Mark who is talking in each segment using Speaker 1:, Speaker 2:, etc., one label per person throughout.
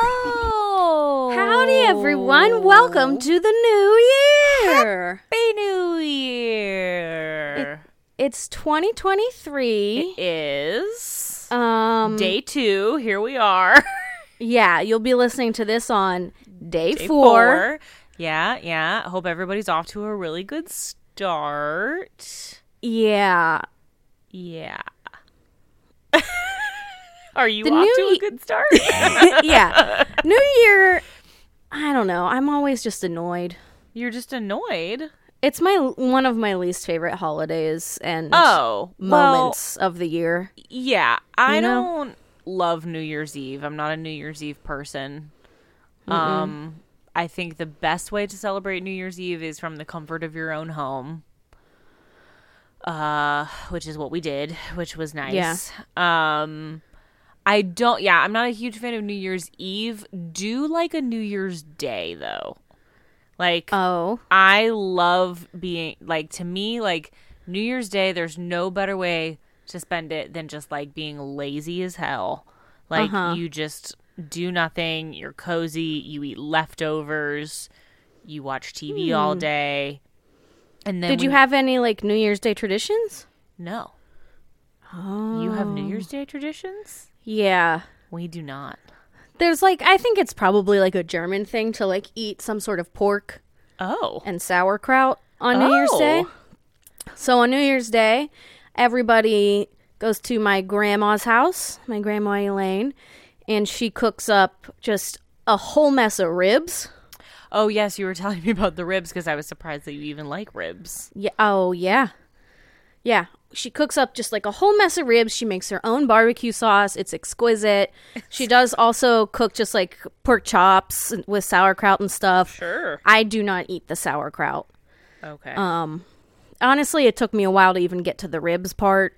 Speaker 1: Hello!
Speaker 2: Howdy, everyone. Welcome to the new year.
Speaker 1: Happy New Year!
Speaker 2: It's 2023.
Speaker 1: is
Speaker 2: um,
Speaker 1: day two. Here we are.
Speaker 2: yeah, you'll be listening to this on day,
Speaker 1: Day
Speaker 2: four.
Speaker 1: Yeah, yeah. Hope everybody's off to a really good start.
Speaker 2: Yeah.
Speaker 1: Yeah. Are you
Speaker 2: The
Speaker 1: off
Speaker 2: new
Speaker 1: to
Speaker 2: ye-
Speaker 1: a good start?
Speaker 2: yeah. New year. I don't know. I'm always just annoyed.
Speaker 1: You're just annoyed.
Speaker 2: It's my one of my least favorite holidays and
Speaker 1: Oh, well,
Speaker 2: moments of the year.
Speaker 1: yeah, I
Speaker 2: You know?
Speaker 1: don't love New Year's Eve. I'm not a New Year's Eve person. Um, I think the best way to celebrate New Year's Eve is from the comfort of your own home. Uh, which is what we did, which was nice. Um, I don't. Yeah, I'm not a huge fan of New Year's Eve. Do like a New Year's Day though. Like,
Speaker 2: Oh,
Speaker 1: I love being like to me like New Year's Day. There's no better way to spend it than just like being lazy as hell. Like
Speaker 2: Uh-huh.
Speaker 1: you just do nothing. You're cozy. You eat leftovers. You watch TV all day. And then
Speaker 2: Hmm. did you
Speaker 1: when-
Speaker 2: have any like New Year's Day traditions?
Speaker 1: no?
Speaker 2: Oh,
Speaker 1: You have New Year's Day traditions.
Speaker 2: yeah.
Speaker 1: We do not.
Speaker 2: There's like I think it's probably like a German thing to like eat some sort of pork
Speaker 1: Oh,
Speaker 2: and sauerkraut on New Year's Day.
Speaker 1: Oh.
Speaker 2: So on New Year's Day, everybody goes to my grandma's house, my grandma Elaine, and she cooks up just a whole mess of ribs.
Speaker 1: oh yes, you were telling me about the ribs because I was surprised that you even like ribs.
Speaker 2: Yeah. Oh, yeah. Yeah. She cooks up just like a whole mess of ribs. She makes her own barbecue sauce. It's exquisite. She does also cook just like pork chops with sauerkraut and stuff.
Speaker 1: Sure.
Speaker 2: I do not eat the sauerkraut.
Speaker 1: Okay.
Speaker 2: Um, Honestly, it took me a while to even get to the ribs part.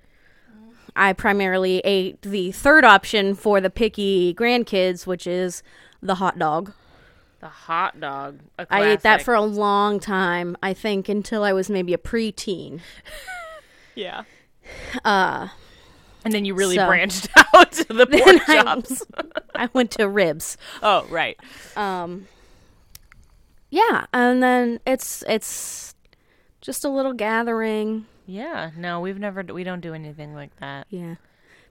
Speaker 2: I primarily ate the third option for the picky grandkids, which is the hot dog.
Speaker 1: the hot dog. a
Speaker 2: I ate that
Speaker 1: classic.
Speaker 2: for a long time, I think until I was maybe a preteen.
Speaker 1: Yeah. Uh and then you really
Speaker 2: Uh, so-
Speaker 1: branched out to the pork
Speaker 2: I-
Speaker 1: chops.
Speaker 2: I went to ribs.
Speaker 1: oh, right.
Speaker 2: Yeah, and then it's it's just a little gathering.
Speaker 1: Yeah. No, we've never we don't do anything like that.
Speaker 2: Yeah.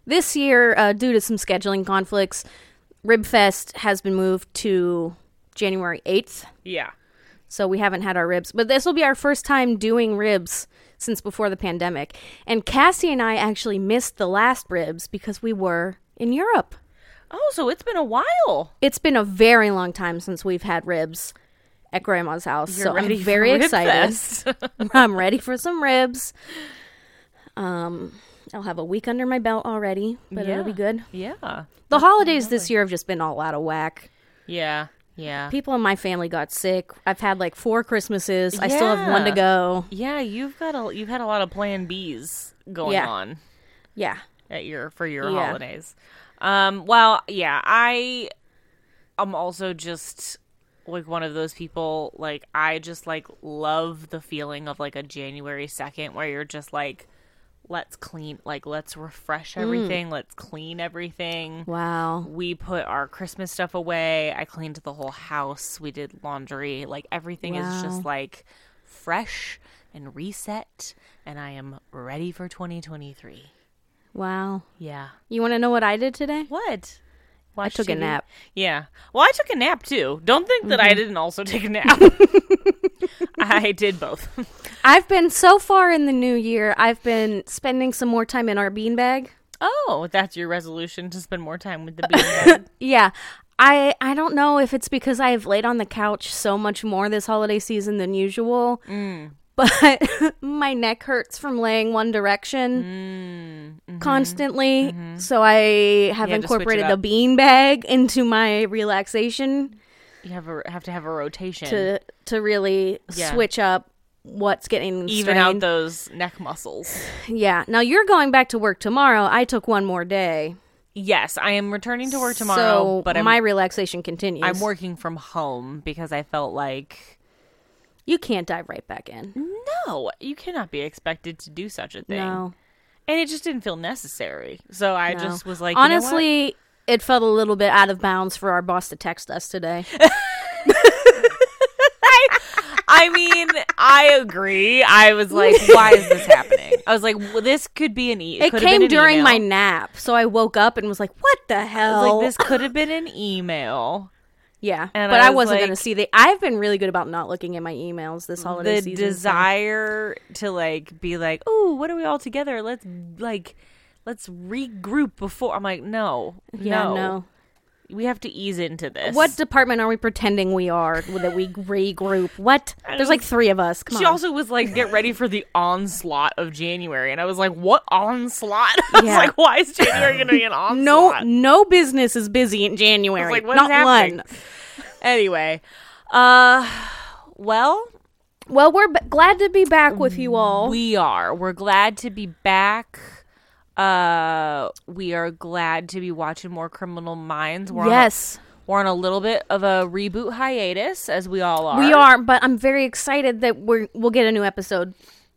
Speaker 2: This year, uh, due to some scheduling conflicts, Ribfest has been moved to January 8th.
Speaker 1: Yeah.
Speaker 2: So we haven't had our ribs. But this will be our first time doing ribs since before the pandemic. And Cassie and I actually missed the last ribs because we were in Europe.
Speaker 1: Oh, so it's been a while.
Speaker 2: It's been a very long time since we've had ribs at grandma's house. so I'm
Speaker 1: for
Speaker 2: very
Speaker 1: Rib
Speaker 2: excited.
Speaker 1: Fest.
Speaker 2: I'm ready for some ribs. Um, I'll have a week under my belt already, but it'll be
Speaker 1: Yeah.
Speaker 2: good.
Speaker 1: yeah.
Speaker 2: The holidays this year have just been all out of whack.
Speaker 1: Yeah. Yeah.
Speaker 2: People in my family got sick. I've had like four Christmases. I still have one to
Speaker 1: Yeah.
Speaker 2: go.
Speaker 1: Yeah, you've got a you've had a lot of plan Bs going
Speaker 2: Yeah.
Speaker 1: on
Speaker 2: Yeah.
Speaker 1: at your for your
Speaker 2: Yeah.
Speaker 1: holidays. Um well, yeah, I am also just like one of those people like I just like love the feeling of like a January 2nd where you're just like let's clean like let's refresh everything, let's clean everything.
Speaker 2: Wow.
Speaker 1: We put our Christmas stuff away. I cleaned the whole house. We did laundry. Like everything is just like fresh and reset and I am ready for 2023.
Speaker 2: Wow.
Speaker 1: Yeah.
Speaker 2: You want to know what I did today?
Speaker 1: What? Watch
Speaker 2: took a
Speaker 1: TV?
Speaker 2: nap. Mm-hmm.
Speaker 1: Yeah. Well, I took a nap too. Don't think that I didn't also take a nap. I did both.
Speaker 2: I've been so far in the new year, I've been spending some more time in our beanbag.
Speaker 1: Oh, that's your resolution to spend more time with the beanbag.
Speaker 2: Yeah. I I don't
Speaker 1: Mm.
Speaker 2: know if it's because I have laid on the couch so much more this holiday season than usual. but my neck hurts from laying one direction constantly. So I have
Speaker 1: Mm, mm-hmm, You had to switch it
Speaker 2: incorporated a
Speaker 1: up.
Speaker 2: bean bag into my relaxation
Speaker 1: You have a, have to have a rotation
Speaker 2: to to really
Speaker 1: Yeah.
Speaker 2: switch up what's getting
Speaker 1: even
Speaker 2: strained.
Speaker 1: out those neck muscles.
Speaker 2: Yeah. Now you're going back to work tomorrow. I took one more day.
Speaker 1: Yes, I am returning to work tomorrow,
Speaker 2: so
Speaker 1: but I'm
Speaker 2: my relaxation continues.
Speaker 1: I'm working from home because I felt like
Speaker 2: You can't dive right back in.
Speaker 1: no, you cannot be expected to do such a thing.
Speaker 2: No.
Speaker 1: And it just didn't feel necessary. So I
Speaker 2: no.
Speaker 1: just was like, you know what?
Speaker 2: honestly, it felt a little bit out of bounds for our boss to text us today.
Speaker 1: I mean, I agree. I was like, why is this happening? I was like, well, this could be an e.
Speaker 2: It
Speaker 1: could've been
Speaker 2: came
Speaker 1: an
Speaker 2: during
Speaker 1: email.
Speaker 2: my nap, so I woke up and was like, "What the
Speaker 1: I
Speaker 2: hell?"
Speaker 1: was like, this could have been an email.
Speaker 2: yeah,
Speaker 1: and
Speaker 2: but
Speaker 1: I
Speaker 2: I,
Speaker 1: was
Speaker 2: was not
Speaker 1: like-
Speaker 2: gonna see the. I've been really good about not looking at my emails this holiday
Speaker 1: The
Speaker 2: season. so-
Speaker 1: desire to like be like, oh, what are we all together? Let's like, let's regroup before. I'm like, no,
Speaker 2: yeah, no.
Speaker 1: we have to ease into this.
Speaker 2: What department are we pretending we are that we regroup? What? There's like three of us. Come
Speaker 1: She
Speaker 2: on.
Speaker 1: also was like, get ready for the onslaught of January. And I was like, what onslaught? I was
Speaker 2: Yeah.
Speaker 1: like, why is January going to be an onslaught?
Speaker 2: no, no business is busy in January.
Speaker 1: like, what is
Speaker 2: not
Speaker 1: happening?
Speaker 2: one.
Speaker 1: Anyway, uh, well,
Speaker 2: Well, we're b- glad to be back with you all.
Speaker 1: we are. We're glad to be back. Uh, we are glad to be watching more Criminal Minds. We're
Speaker 2: yes,
Speaker 1: On a, we're on a little bit of a reboot hiatus, as we all are.
Speaker 2: we are. But I'm very excited that we're we'll get a new episode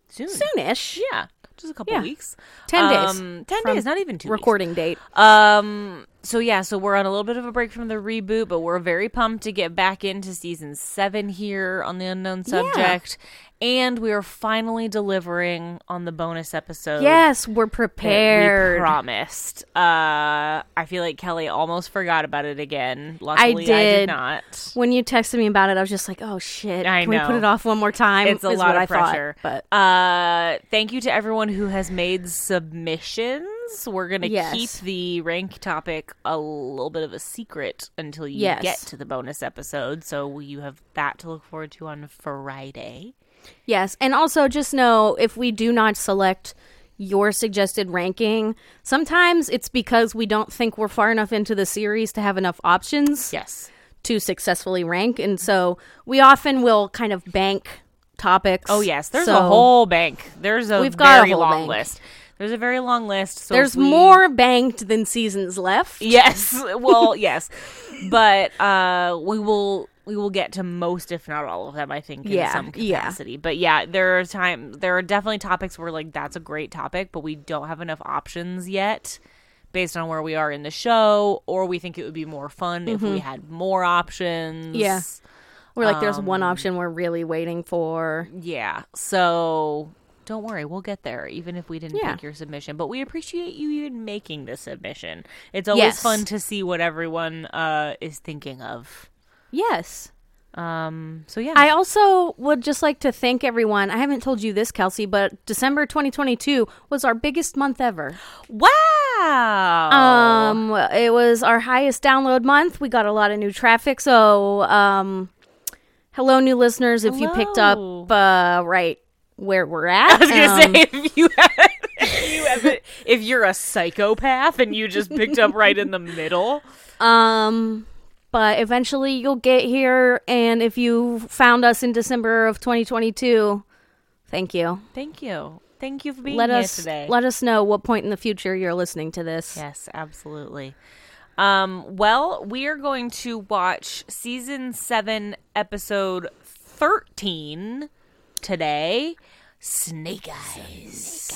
Speaker 1: Soon.
Speaker 2: soonish.
Speaker 1: Yeah. Just a couple
Speaker 2: Yeah.
Speaker 1: weeks.
Speaker 2: 10 days
Speaker 1: Um, 10
Speaker 2: from
Speaker 1: days, not even two weeks.
Speaker 2: Recording date.
Speaker 1: Um. So yeah, so we're on a little bit of a break from the reboot, but we're very pumped to get back into season seven here on the unknown subject, and we are finally delivering on the bonus episode.
Speaker 2: Yes, we're
Speaker 1: that we
Speaker 2: prepared.
Speaker 1: promised. Uh, I feel like Kelly almost forgot about it again. Luckily, I did,
Speaker 2: did.
Speaker 1: not.
Speaker 2: when you texted me about it, I was just like, "Oh shit!"
Speaker 1: I
Speaker 2: Can we put
Speaker 1: know.
Speaker 2: it off one more time?
Speaker 1: It's a
Speaker 2: is
Speaker 1: lot
Speaker 2: what
Speaker 1: of
Speaker 2: I thought,
Speaker 1: pressure.
Speaker 2: but
Speaker 1: Uh, thank you to everyone who has made submissions. We're gonna
Speaker 2: Yes.
Speaker 1: keep the rank topic a little bit of a secret until you
Speaker 2: Yes.
Speaker 1: get to the bonus episode. So you have that to look forward to on Friday.
Speaker 2: yes, and also just know if we do not select your suggested ranking, sometimes it's because we don't think we're far enough into the series to have enough options
Speaker 1: Yes.
Speaker 2: to successfully rank, and so we often will kind of bank topics.
Speaker 1: Oh yes. There's
Speaker 2: So
Speaker 1: a whole bank. There's a
Speaker 2: We've got a
Speaker 1: very
Speaker 2: whole
Speaker 1: long
Speaker 2: bank.
Speaker 1: list. There's a very long list. So
Speaker 2: There's
Speaker 1: if we-
Speaker 2: more banked than seasons left.
Speaker 1: Yes. Well, yes. But uh we will we will get to most if not all of them I think in
Speaker 2: Yeah,
Speaker 1: some
Speaker 2: yeah.
Speaker 1: capacity. But yeah, there are time there are definitely topics where like that's a great topic, but we don't have enough options yet based on where we are in the show or we think it would be more fun if we had more options.
Speaker 2: Mm-hmm. Yeah. Or like there's one option we're really waiting for.
Speaker 1: Yeah. So don't worry, we'll get there, even if we didn't
Speaker 2: Yeah.
Speaker 1: pick your submission. But we appreciate you even making this submission. It's always
Speaker 2: Yes.
Speaker 1: fun to see what everyone uh, is thinking of.
Speaker 2: Yes.
Speaker 1: Um, so yeah,
Speaker 2: I also would just like to thank everyone. I haven't told you this, Kelsey, but December 2022 was our biggest month ever.
Speaker 1: wow.
Speaker 2: Um, it was our highest download month. We got a lot of new traffic. So, um, hello, new listeners. If you picked up
Speaker 1: Hello.
Speaker 2: uh, right where we're at,
Speaker 1: I was gonna
Speaker 2: um,
Speaker 1: say if you have, if you have if you're a psychopath and you just picked up right in the middle,
Speaker 2: Um, but eventually you'll get here. And if you found us in December of 2022, thank you.
Speaker 1: thank you, thank you for being
Speaker 2: Let
Speaker 1: here
Speaker 2: us
Speaker 1: today.
Speaker 2: let us know what point in the future you're listening to this.
Speaker 1: Yes, absolutely. Um, well, we are going to watch season seven, episode 13 today Snake Eyes.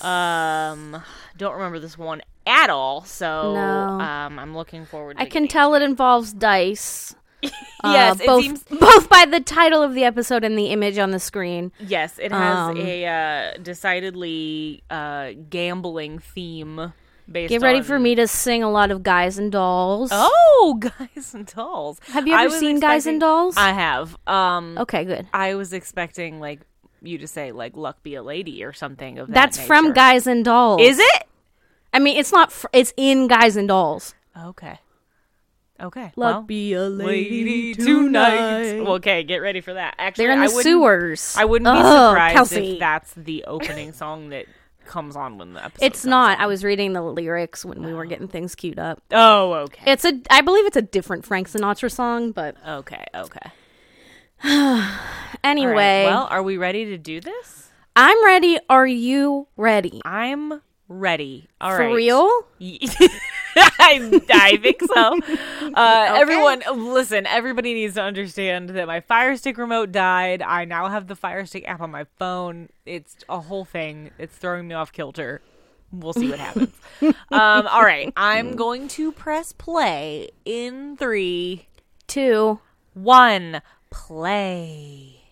Speaker 1: Um, don't remember this one at all, so
Speaker 2: No.
Speaker 1: um, I'm looking forward to
Speaker 2: I can tell it involves dice. Uh,
Speaker 1: Yes, it
Speaker 2: both,
Speaker 1: seems-
Speaker 2: both by the title of the episode and the image on the screen.
Speaker 1: Yes, it has
Speaker 2: Um,
Speaker 1: a uh, decidedly uh, gambling theme based
Speaker 2: Get ready
Speaker 1: on-
Speaker 2: for me to sing a lot of Guys and Dolls.
Speaker 1: Oh, Guys and Dolls.
Speaker 2: Have you ever
Speaker 1: I was
Speaker 2: seen Guys and
Speaker 1: expecting-
Speaker 2: Dolls? Oh.
Speaker 1: I have. Um,
Speaker 2: okay, good.
Speaker 1: I was expecting like you to say like "luck be a lady" or something of that.
Speaker 2: That's from
Speaker 1: nature.
Speaker 2: Guys and Dolls.
Speaker 1: Is it?
Speaker 2: I mean, it's not. Fr- it's in Guys and Dolls.
Speaker 1: Okay. Okay.
Speaker 2: Let
Speaker 1: well,
Speaker 2: be a lady,
Speaker 1: lady
Speaker 2: tonight.
Speaker 1: tonight. Well, Okay, get ready for that. Actually,
Speaker 2: They're in the
Speaker 1: I wouldn't,
Speaker 2: sewers.
Speaker 1: I wouldn't be
Speaker 2: Ugh,
Speaker 1: surprised
Speaker 2: Kelsey.
Speaker 1: if that's the opening song that comes on when the episode.
Speaker 2: It's
Speaker 1: comes
Speaker 2: not.
Speaker 1: on.
Speaker 2: I was reading the lyrics when we were getting things queued up.
Speaker 1: Oh, okay.
Speaker 2: It's a. I believe it's a different Frank Sinatra song, but
Speaker 1: okay. Okay. All
Speaker 2: anyway,
Speaker 1: Uh, right, Well, are we ready to do this?
Speaker 2: I'm ready. Are you ready?
Speaker 1: I'm ready. All right.
Speaker 2: For real?
Speaker 1: Ye- I, I think so. Uh, Everyone, listen, everybody needs to understand that my Fire Stick remote died. I now have the Fire Stick app on my phone. It's a whole thing, it's throwing me off kilter. We'll see what happens. um, all right. I'm going to press play in three,
Speaker 2: Two.
Speaker 1: one, play.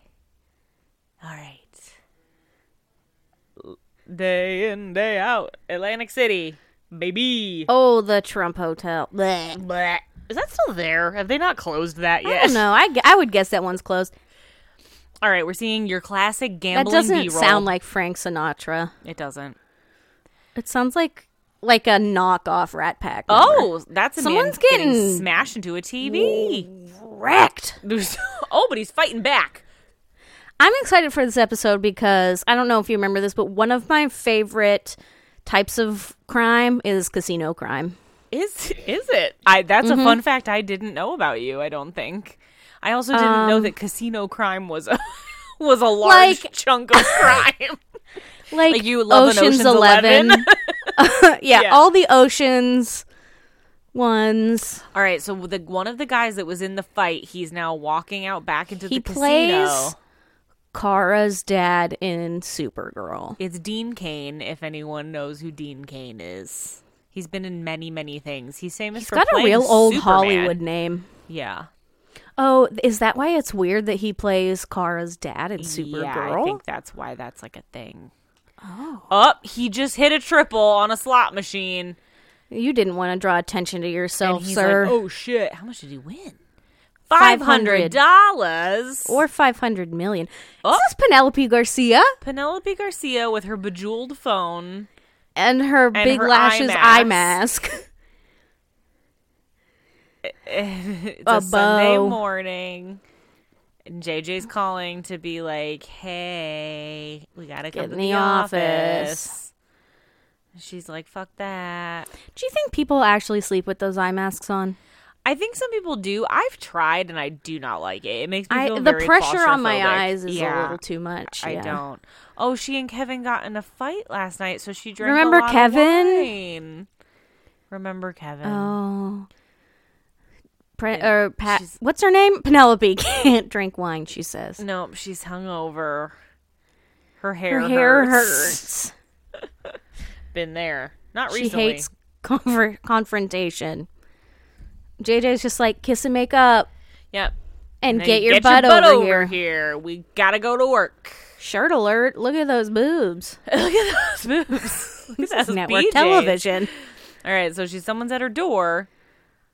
Speaker 1: All right. Day in, day out. Atlantic City, baby.
Speaker 2: Oh, the Trump Hotel. Blech.
Speaker 1: Blech. Is that still there? Have they not closed that
Speaker 2: I
Speaker 1: yet?
Speaker 2: don't know. I, gu- I would guess that one's closed.
Speaker 1: All right, we're seeing your classic
Speaker 2: That
Speaker 1: gambling
Speaker 2: doesn't
Speaker 1: B-roll.
Speaker 2: sound like Frank Sinatra.
Speaker 1: it doesn't.
Speaker 2: It sounds like like a knockoff Rat Pack. member.
Speaker 1: Oh, that's a
Speaker 2: Someone's
Speaker 1: man getting,
Speaker 2: getting-
Speaker 1: smashed into a TV.
Speaker 2: wrecked.
Speaker 1: There's- oh, but he's fighting back.
Speaker 2: I'm excited for this episode because I don't know if you remember this, but one of my favorite types of crime is casino crime.
Speaker 1: Is is it? I that's
Speaker 2: Mm-hmm.
Speaker 1: a fun fact I didn't know about you. I don't think. I also didn't know that casino crime was a was a large
Speaker 2: Um. Like-
Speaker 1: chunk of crime.
Speaker 2: Like,
Speaker 1: Like you love an Ocean's
Speaker 2: yeah,
Speaker 1: Yeah.
Speaker 2: all the Oceans ones.
Speaker 1: All right, so the one of the guys that was in the fight, he's now walking out back into
Speaker 2: He
Speaker 1: the
Speaker 2: plays
Speaker 1: casino.
Speaker 2: Kara's dad in Supergirl.
Speaker 1: It's Dean Kane, if anyone knows who Dean Kane is. He's been in many, many things. He's famous
Speaker 2: He's
Speaker 1: for
Speaker 2: got a
Speaker 1: playing
Speaker 2: real old
Speaker 1: Superman.
Speaker 2: Hollywood name.
Speaker 1: Yeah.
Speaker 2: Oh, is that why it's weird that he plays Kara's dad in Supergirl?
Speaker 1: Yeah, I think that's why that's like a thing. Oh. Up, he just hit a triple on a slot machine.
Speaker 2: You didn't want to draw attention to
Speaker 1: And
Speaker 2: yourself,
Speaker 1: he's
Speaker 2: sir.
Speaker 1: like, oh shit, how much did he win? Five hundred dollars.
Speaker 2: or 500 million.
Speaker 1: Oh.
Speaker 2: This is Penelope Garcia
Speaker 1: Penelope Garcia with her bejeweled phone.
Speaker 2: and her big
Speaker 1: her eye
Speaker 2: lashes eye
Speaker 1: mask.
Speaker 2: mask.
Speaker 1: It's a,
Speaker 2: A
Speaker 1: Sunday
Speaker 2: bow.
Speaker 1: morning. And JJ's calling to be like, "Hey, we gotta come
Speaker 2: in
Speaker 1: to
Speaker 2: the
Speaker 1: the
Speaker 2: office."
Speaker 1: office." She's like, "Fuck that."
Speaker 2: Do you think people actually sleep with those eye masks on?
Speaker 1: I think some people do. I've tried, and I do not like it. It makes me
Speaker 2: I
Speaker 1: feel
Speaker 2: the
Speaker 1: very
Speaker 2: pressure on
Speaker 1: claustrophobic.
Speaker 2: my eyes is a
Speaker 1: Yeah,
Speaker 2: little too much.
Speaker 1: I
Speaker 2: yeah.
Speaker 1: don't. Oh, she and Kevin got in a fight last night, so she drank.
Speaker 2: Remember
Speaker 1: a lot
Speaker 2: Kevin?
Speaker 1: Of wine. Remember Kevin?
Speaker 2: Oh. Pre-
Speaker 1: Yeah,
Speaker 2: or Pat,
Speaker 1: she's- Mm.
Speaker 2: what's her name? Penelope can't drink wine. She says
Speaker 1: No, she's hungover. Her hair.
Speaker 2: her hair
Speaker 1: hurts.
Speaker 2: hurts.
Speaker 1: Been there. Not
Speaker 2: She
Speaker 1: recently.
Speaker 2: hates conver- confrontation. JJ's just like kiss and make up
Speaker 1: Yep.
Speaker 2: and
Speaker 1: Now
Speaker 2: get,
Speaker 1: you
Speaker 2: your, butt over, here.
Speaker 1: We gotta go to work.
Speaker 2: Shirt alert! Look at those boobs.
Speaker 1: Look at those boobs. Look at those
Speaker 2: Network
Speaker 1: BJs.
Speaker 2: television.
Speaker 1: All right, so she's someone's at her door.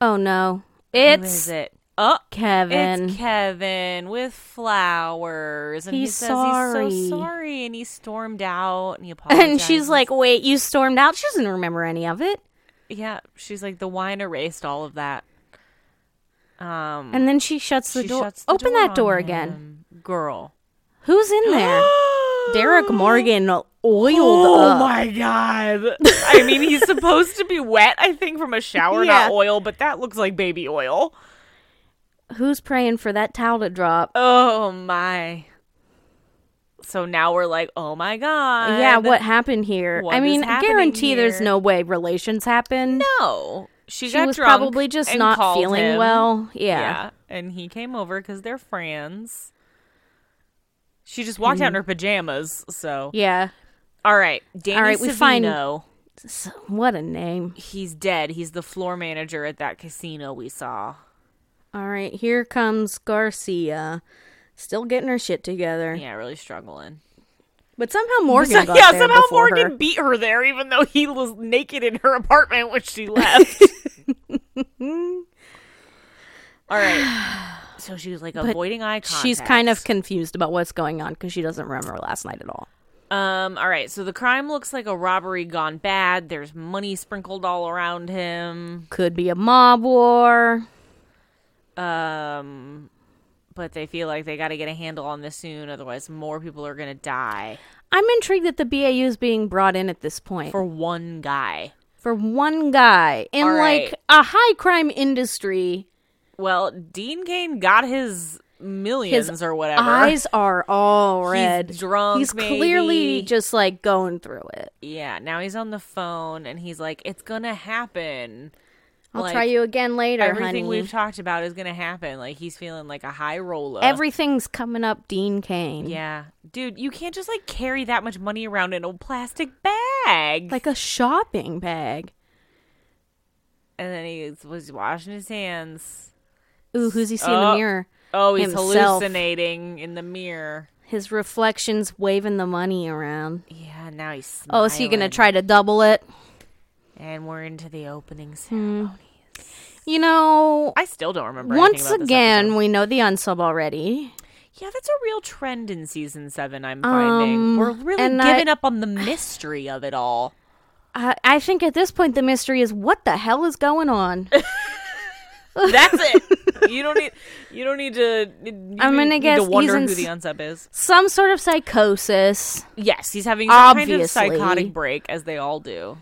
Speaker 2: Oh no,
Speaker 1: Who
Speaker 2: it's
Speaker 1: is it? Oh,
Speaker 2: Kevin.
Speaker 1: it's Kevin with flowers, and he
Speaker 2: He's
Speaker 1: says
Speaker 2: sorry.
Speaker 1: he's so sorry, and he stormed out, and he apologized.
Speaker 2: and she's like, "Wait, you stormed out." She doesn't remember any of it.
Speaker 1: "Yeah." She's like, "The wine erased all of that." Um,
Speaker 2: And then she shuts the
Speaker 1: she
Speaker 2: door.
Speaker 1: shuts the
Speaker 2: Open
Speaker 1: door
Speaker 2: that
Speaker 1: on
Speaker 2: door again.
Speaker 1: him. girl.
Speaker 2: Who's in there? Derek Morgan oiled
Speaker 1: Oh
Speaker 2: up.
Speaker 1: my god. I mean, he's supposed to be wet, I think, from a shower,
Speaker 2: Yeah.
Speaker 1: not oil, but that looks like baby oil.
Speaker 2: Who's praying for that towel to drop?
Speaker 1: Oh my. So now we're like, oh my god.
Speaker 2: yeah, what happened here?
Speaker 1: What
Speaker 2: I
Speaker 1: is
Speaker 2: mean, I
Speaker 1: happening
Speaker 2: guarantee there's
Speaker 1: here?
Speaker 2: no way relations happened.
Speaker 1: No. She,
Speaker 2: she
Speaker 1: got
Speaker 2: was
Speaker 1: drunk
Speaker 2: probably just
Speaker 1: and
Speaker 2: not
Speaker 1: called
Speaker 2: feeling
Speaker 1: him.
Speaker 2: well. Yeah.
Speaker 1: Yeah. And he came over because they're friends. She just walked out in her pajamas, so.
Speaker 2: Hmm. Yeah.
Speaker 1: All right. Danny
Speaker 2: right, we find-
Speaker 1: Savino.
Speaker 2: S- What a name.
Speaker 1: He's dead. He's the floor manager at that casino we saw.
Speaker 2: All right, here comes Garcia. Still getting her shit together.
Speaker 1: Yeah, really struggling.
Speaker 2: But somehow Morgan got
Speaker 1: yeah,
Speaker 2: there
Speaker 1: somehow
Speaker 2: before
Speaker 1: Morgan
Speaker 2: her.
Speaker 1: beat her there, even though he was naked in her apartment when she left. All right. So she was like avoiding eye contact.
Speaker 2: She's kind of confused about what's going on because she doesn't remember last night at all.
Speaker 1: Um. All right. So the crime looks like a robbery gone bad. There's money sprinkled all around him.
Speaker 2: Could be a mob war.
Speaker 1: Um, but they feel like they got to get a handle on this soon, otherwise, more people are gonna die
Speaker 2: I'm intrigued that the BAU is being brought in at this point for,
Speaker 1: for one guy.
Speaker 2: one guy in
Speaker 1: All right.
Speaker 2: like a high crime industry.
Speaker 1: Well, Dean Kane got his millions or whatever.
Speaker 2: Eyes are all red.
Speaker 1: drunk,
Speaker 2: He's
Speaker 1: maybe.
Speaker 2: clearly just like going through it.
Speaker 1: yeah, now he's on the phone and he's like, "It's gonna happen."
Speaker 2: I'll
Speaker 1: Like,
Speaker 2: try you again later,
Speaker 1: Everything
Speaker 2: honey.
Speaker 1: we've talked about is gonna happen. Like he's feeling like a high roller.
Speaker 2: Everything's coming up, Dean Kane.
Speaker 1: yeah, dude, you can't just like carry that much money around in a plastic bag.
Speaker 2: Like a shopping bag.
Speaker 1: and then he was washing his hands.
Speaker 2: Ooh, who's he seeing in
Speaker 1: Oh.
Speaker 2: the mirror?
Speaker 1: Oh, he's
Speaker 2: Himself.
Speaker 1: hallucinating in the mirror.
Speaker 2: His reflections waving the money around.
Speaker 1: Yeah, now he's.
Speaker 2: Oh, is he gonna
Speaker 1: smiling.
Speaker 2: try to double it?
Speaker 1: And we're into the opening ceremony.
Speaker 2: You know,
Speaker 1: I still don't remember. anything
Speaker 2: Hmm. once
Speaker 1: about this
Speaker 2: again,
Speaker 1: episode.
Speaker 2: we know the unsub already.
Speaker 1: yeah, that's a real trend in season seven. I'm finding
Speaker 2: Um,
Speaker 1: we're really
Speaker 2: and
Speaker 1: giving up on the mystery of it all.
Speaker 2: I, I think at this point the mystery is what the hell is going on.
Speaker 1: That's it. You don't need. You don't need to. you
Speaker 2: I'm gonna
Speaker 1: need
Speaker 2: guess
Speaker 1: to
Speaker 2: he's
Speaker 1: wonder
Speaker 2: in
Speaker 1: who the
Speaker 2: s-
Speaker 1: unsub is.
Speaker 2: Some sort of psychosis.
Speaker 1: Yes, he's having some kind of
Speaker 2: Obviously.
Speaker 1: psychotic break, as they all do.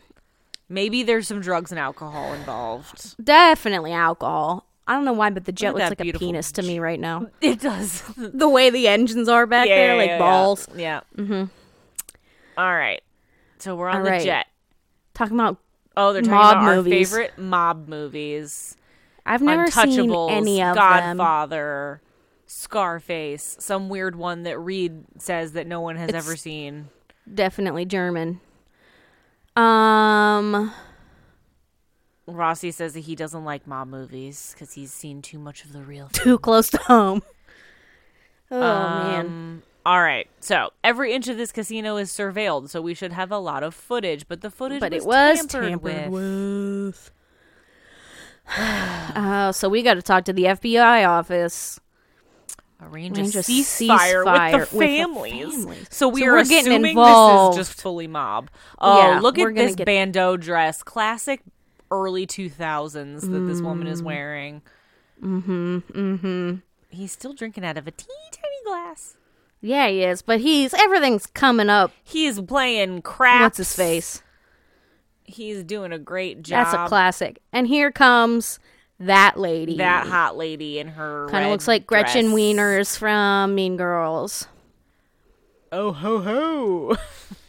Speaker 1: Maybe there's some drugs and alcohol involved.
Speaker 2: Definitely alcohol. I don't know why, but the jet
Speaker 1: at
Speaker 2: looks
Speaker 1: that
Speaker 2: like a
Speaker 1: beautiful
Speaker 2: penis to me right now.
Speaker 1: It does.
Speaker 2: The way the engines are back there, like balls.
Speaker 1: Yeah. Mm-hmm. right. So we're on
Speaker 2: All
Speaker 1: the
Speaker 2: right.
Speaker 1: jet.
Speaker 2: Talking about,
Speaker 1: Oh, they're talking
Speaker 2: Mob
Speaker 1: about
Speaker 2: movies.
Speaker 1: our favorite mob movies.
Speaker 2: I've never seen
Speaker 1: Untouchables,
Speaker 2: any of them.
Speaker 1: Godfather, Scarface, some weird one that Reed says that no one has ever seen.
Speaker 2: Definitely German. Um,
Speaker 1: Rossi says that he doesn't like mob movies because he's seen too much of the real.
Speaker 2: too close to home. Oh man.
Speaker 1: Um, all right. So every inch of this casino is surveilled, so we should have a lot of footage. But the footage,
Speaker 2: but
Speaker 1: was
Speaker 2: it was
Speaker 1: tampered, with.
Speaker 2: with. Oh, so we got to talk to the FBI office.
Speaker 1: arrange,
Speaker 2: Arrange
Speaker 1: a
Speaker 2: a ceasefire
Speaker 1: ceasefire, with, the
Speaker 2: with the
Speaker 1: families.
Speaker 2: families.
Speaker 1: So we
Speaker 2: So
Speaker 1: are
Speaker 2: we're getting
Speaker 1: assuming
Speaker 2: involved.
Speaker 1: this is just fully mob. Oh,
Speaker 2: Yeah,
Speaker 1: look
Speaker 2: we're
Speaker 1: at
Speaker 2: gonna
Speaker 1: this
Speaker 2: get-
Speaker 1: bandeau dress, classic early two thousands that this woman
Speaker 2: Mm.
Speaker 1: is wearing. Mm-hmm. Mm-hmm. He's still drinking out of a teeny tiny glass.
Speaker 2: Yeah, he is, but he's everything's coming up.
Speaker 1: He's playing crap.
Speaker 2: What's his face?
Speaker 1: He's doing a great job.
Speaker 2: That's a classic. And here comes that lady.
Speaker 1: That hot lady in her
Speaker 2: kind of
Speaker 1: red
Speaker 2: looks like Gretchen
Speaker 1: dress.
Speaker 2: Wieners from Mean Girls.
Speaker 1: Oh ho ho!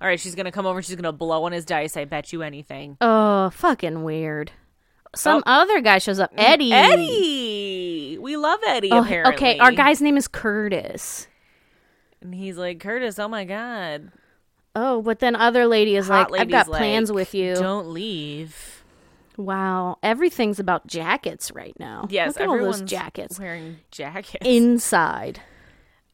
Speaker 1: All right, she's gonna come over. She's gonna blow on his dice. I bet you anything.
Speaker 2: Oh, fucking weird. Some other guy shows up. Eddie.
Speaker 1: Oh. Mm, Eddie. We love Eddie.
Speaker 2: Oh,
Speaker 1: apparently.
Speaker 2: okay, our guy's name is Curtis.
Speaker 1: And he's like Curtis. Oh my god!
Speaker 2: Oh, but then other lady is
Speaker 1: Hot
Speaker 2: like, I've
Speaker 1: lady's
Speaker 2: got
Speaker 1: like,
Speaker 2: plans with you.
Speaker 1: Don't leave.
Speaker 2: Wow, everything's about jackets right now.
Speaker 1: Yes,
Speaker 2: Look at all
Speaker 1: everyone's
Speaker 2: those jackets.
Speaker 1: Wearing jackets.
Speaker 2: Inside,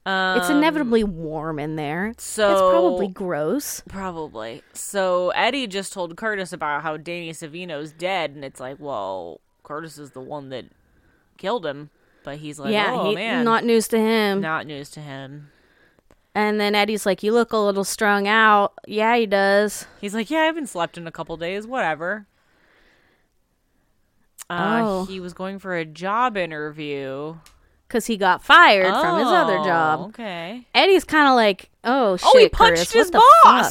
Speaker 1: Um,
Speaker 2: it's inevitably warm in there.
Speaker 1: so
Speaker 2: it's probably gross.
Speaker 1: probably. So Eddie just told Curtis about how Danny Savino's dead, and it's like, well, Curtis is the one that killed him. But he's like,
Speaker 2: yeah,
Speaker 1: oh
Speaker 2: he-
Speaker 1: man,
Speaker 2: not news to him.
Speaker 1: not news to him.
Speaker 2: And then Eddie's like, "You look a little strung out." Yeah, he does.
Speaker 1: He's like, yeah, I haven't slept in a couple days. Whatever. Uh,
Speaker 2: Oh.
Speaker 1: He was going for a job interview
Speaker 2: Cause he got fired from his other
Speaker 1: Oh,
Speaker 2: job.
Speaker 1: Okay.
Speaker 2: Eddie's kind of like, "Oh shit,
Speaker 1: Oh, he
Speaker 2: Curtis,
Speaker 1: punched his
Speaker 2: what the fuck?"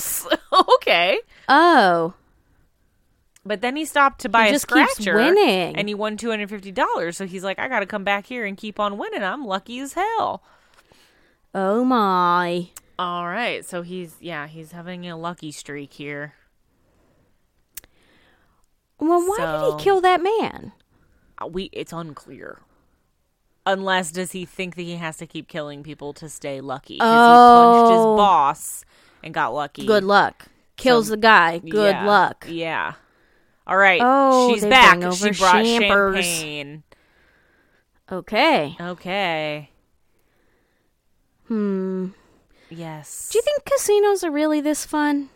Speaker 1: boss. okay.
Speaker 2: Oh,
Speaker 1: But then he stopped to buy a
Speaker 2: just keeps
Speaker 1: scratcher,
Speaker 2: winning.
Speaker 1: and he won two hundred fifty dollars. So he's like, I got to come back here and keep on winning. I'm lucky as hell.
Speaker 2: oh my.
Speaker 1: All right. So he's yeah, he's having a lucky streak here.
Speaker 2: Well, why did
Speaker 1: So-
Speaker 2: he kill that man?
Speaker 1: Uh, We it's unclear. Unless does he think that he has to keep killing people to stay lucky? 'Cause he punched his
Speaker 2: Oh.
Speaker 1: boss and got lucky.
Speaker 2: Good luck. Kills the guy. Good
Speaker 1: Yeah,
Speaker 2: luck.
Speaker 1: Yeah. All right.
Speaker 2: Oh,
Speaker 1: she's
Speaker 2: they
Speaker 1: back.
Speaker 2: bring over
Speaker 1: she brought
Speaker 2: champers.
Speaker 1: champagne.
Speaker 2: Okay.
Speaker 1: Okay. Hmm. Yes.
Speaker 2: Do you think casinos are really this fun?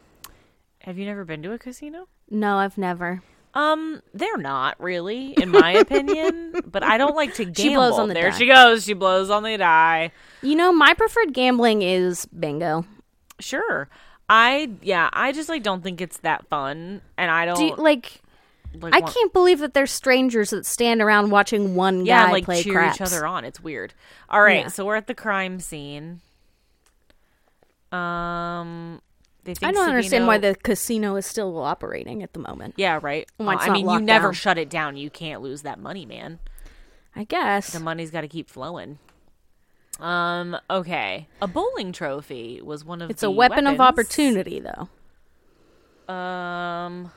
Speaker 1: Have you never been to a casino?
Speaker 2: No, I've never.
Speaker 1: Um, they're not really, in my opinion. But I don't like to gamble.
Speaker 2: She blows on the
Speaker 1: there
Speaker 2: die.
Speaker 1: she goes. She blows on the die.
Speaker 2: You know, my preferred gambling is bingo.
Speaker 1: Sure. I yeah. I just like don't think it's that fun, and I don't.
Speaker 2: Do you, like
Speaker 1: like
Speaker 2: I
Speaker 1: want-
Speaker 2: can't believe that there's strangers that stand around watching one
Speaker 1: yeah,
Speaker 2: guy
Speaker 1: like
Speaker 2: play
Speaker 1: cheer
Speaker 2: craps.
Speaker 1: each other on. It's weird. All right,
Speaker 2: Yeah.
Speaker 1: so we're at the crime scene. Um, they think
Speaker 2: I don't understand why
Speaker 1: Savino-
Speaker 2: the casino is still operating at the moment.
Speaker 1: Yeah, right.
Speaker 2: Why it's
Speaker 1: I
Speaker 2: not
Speaker 1: mean, you
Speaker 2: locked
Speaker 1: never
Speaker 2: down.
Speaker 1: shut it down. You can't lose that money, man.
Speaker 2: I guess.
Speaker 1: The money's got to keep flowing. Um. Okay. A bowling trophy was one of
Speaker 2: It's
Speaker 1: the
Speaker 2: a weapon of
Speaker 1: weapons.
Speaker 2: opportunity, though.
Speaker 1: Um.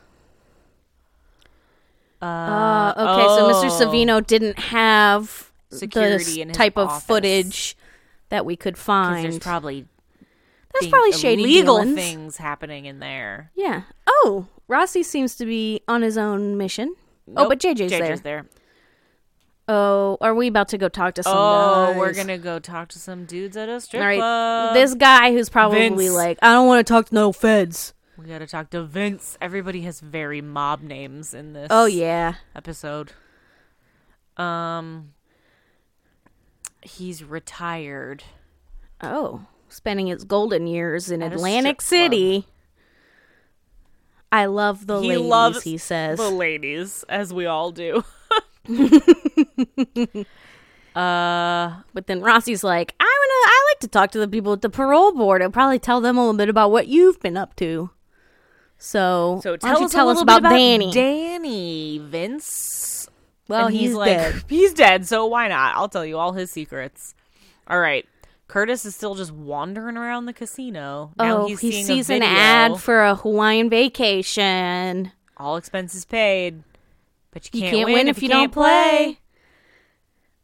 Speaker 2: Uh, okay, so Mr.
Speaker 1: oh.
Speaker 2: Savino didn't have
Speaker 1: Security in
Speaker 2: the s-
Speaker 1: his
Speaker 2: type of
Speaker 1: office.
Speaker 2: footage that we could find.
Speaker 1: There's probably
Speaker 2: There's
Speaker 1: thing-
Speaker 2: probably shady
Speaker 1: illegal
Speaker 2: dealings.
Speaker 1: things happening in there.
Speaker 2: Yeah. Oh, Rossi seems to be on his own mission. oh,
Speaker 1: Nope,
Speaker 2: but JJ's, there.
Speaker 1: JJ's there.
Speaker 2: Oh, are we about to go talk to some
Speaker 1: Oh, we're
Speaker 2: guys?
Speaker 1: gonna go talk to some dudes at a strip
Speaker 2: All right.
Speaker 1: club.
Speaker 2: This guy who's probably
Speaker 1: Vince.
Speaker 2: like, I don't want to talk to no feds.
Speaker 1: we gotta talk to Vince. Everybody has very mob names in this.
Speaker 2: Oh yeah.
Speaker 1: episode. Um, he's retired.
Speaker 2: Oh, spending his golden years in
Speaker 1: At a
Speaker 2: Atlantic
Speaker 1: strip club.
Speaker 2: City. I love the
Speaker 1: He
Speaker 2: ladies.
Speaker 1: loves
Speaker 2: he says.
Speaker 1: The ladies, as we all do. uh,
Speaker 2: But then Rossi's like, I wanna I like to talk to the people at the parole board and probably tell them a little bit about what you've been up to. So,
Speaker 1: so
Speaker 2: why don't
Speaker 1: tell
Speaker 2: you
Speaker 1: us
Speaker 2: tell
Speaker 1: a
Speaker 2: us
Speaker 1: little
Speaker 2: about,
Speaker 1: bit about
Speaker 2: Danny.
Speaker 1: Danny Vince.
Speaker 2: well,
Speaker 1: And
Speaker 2: he's,
Speaker 1: like,
Speaker 2: dead.
Speaker 1: he's dead. So why not? I'll tell you all his secrets. All right. Curtis is still just wandering around the casino. Now
Speaker 2: Oh,
Speaker 1: he's
Speaker 2: he
Speaker 1: seeing a
Speaker 2: sees an
Speaker 1: video.
Speaker 2: ad for a Hawaiian vacation.
Speaker 1: all expenses paid. But
Speaker 2: You
Speaker 1: you can't,
Speaker 2: can't, win, if you, don't
Speaker 1: can't
Speaker 2: play.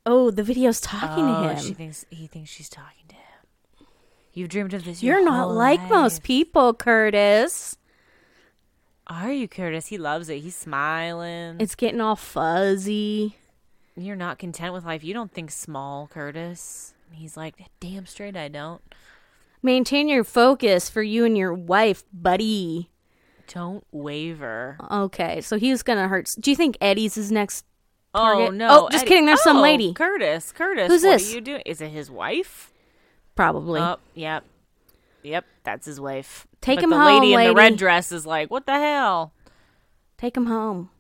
Speaker 2: Oh, the video's talking
Speaker 1: Oh,
Speaker 2: to him.
Speaker 1: She thinks he thinks she's talking to him. You've dreamed of this. your
Speaker 2: You're not
Speaker 1: whole
Speaker 2: like
Speaker 1: life.
Speaker 2: most people, Curtis.
Speaker 1: Are you, Curtis? He loves it. He's smiling.
Speaker 2: It's getting all fuzzy.
Speaker 1: You're not content with life. You don't think small, Curtis. And he's like, damn straight, I don't.
Speaker 2: Maintain your focus for you and your wife, buddy.
Speaker 1: Don't waver.
Speaker 2: Okay, so he's gonna hurt. s- Do you think Eddie's his next?
Speaker 1: Oh
Speaker 2: Target.
Speaker 1: no!
Speaker 2: Oh, just kidding, there's some
Speaker 1: Oh,
Speaker 2: lady.
Speaker 1: Curtis. Curtis.
Speaker 2: Who's
Speaker 1: what
Speaker 2: this?
Speaker 1: Are you doing? Is it his wife?
Speaker 2: Probably.
Speaker 1: Oh, yep, yep. That's his wife.
Speaker 2: Take
Speaker 1: But
Speaker 2: him
Speaker 1: the
Speaker 2: home,
Speaker 1: lady in the red
Speaker 2: lady.
Speaker 1: dress is like, what the hell?
Speaker 2: Take him home,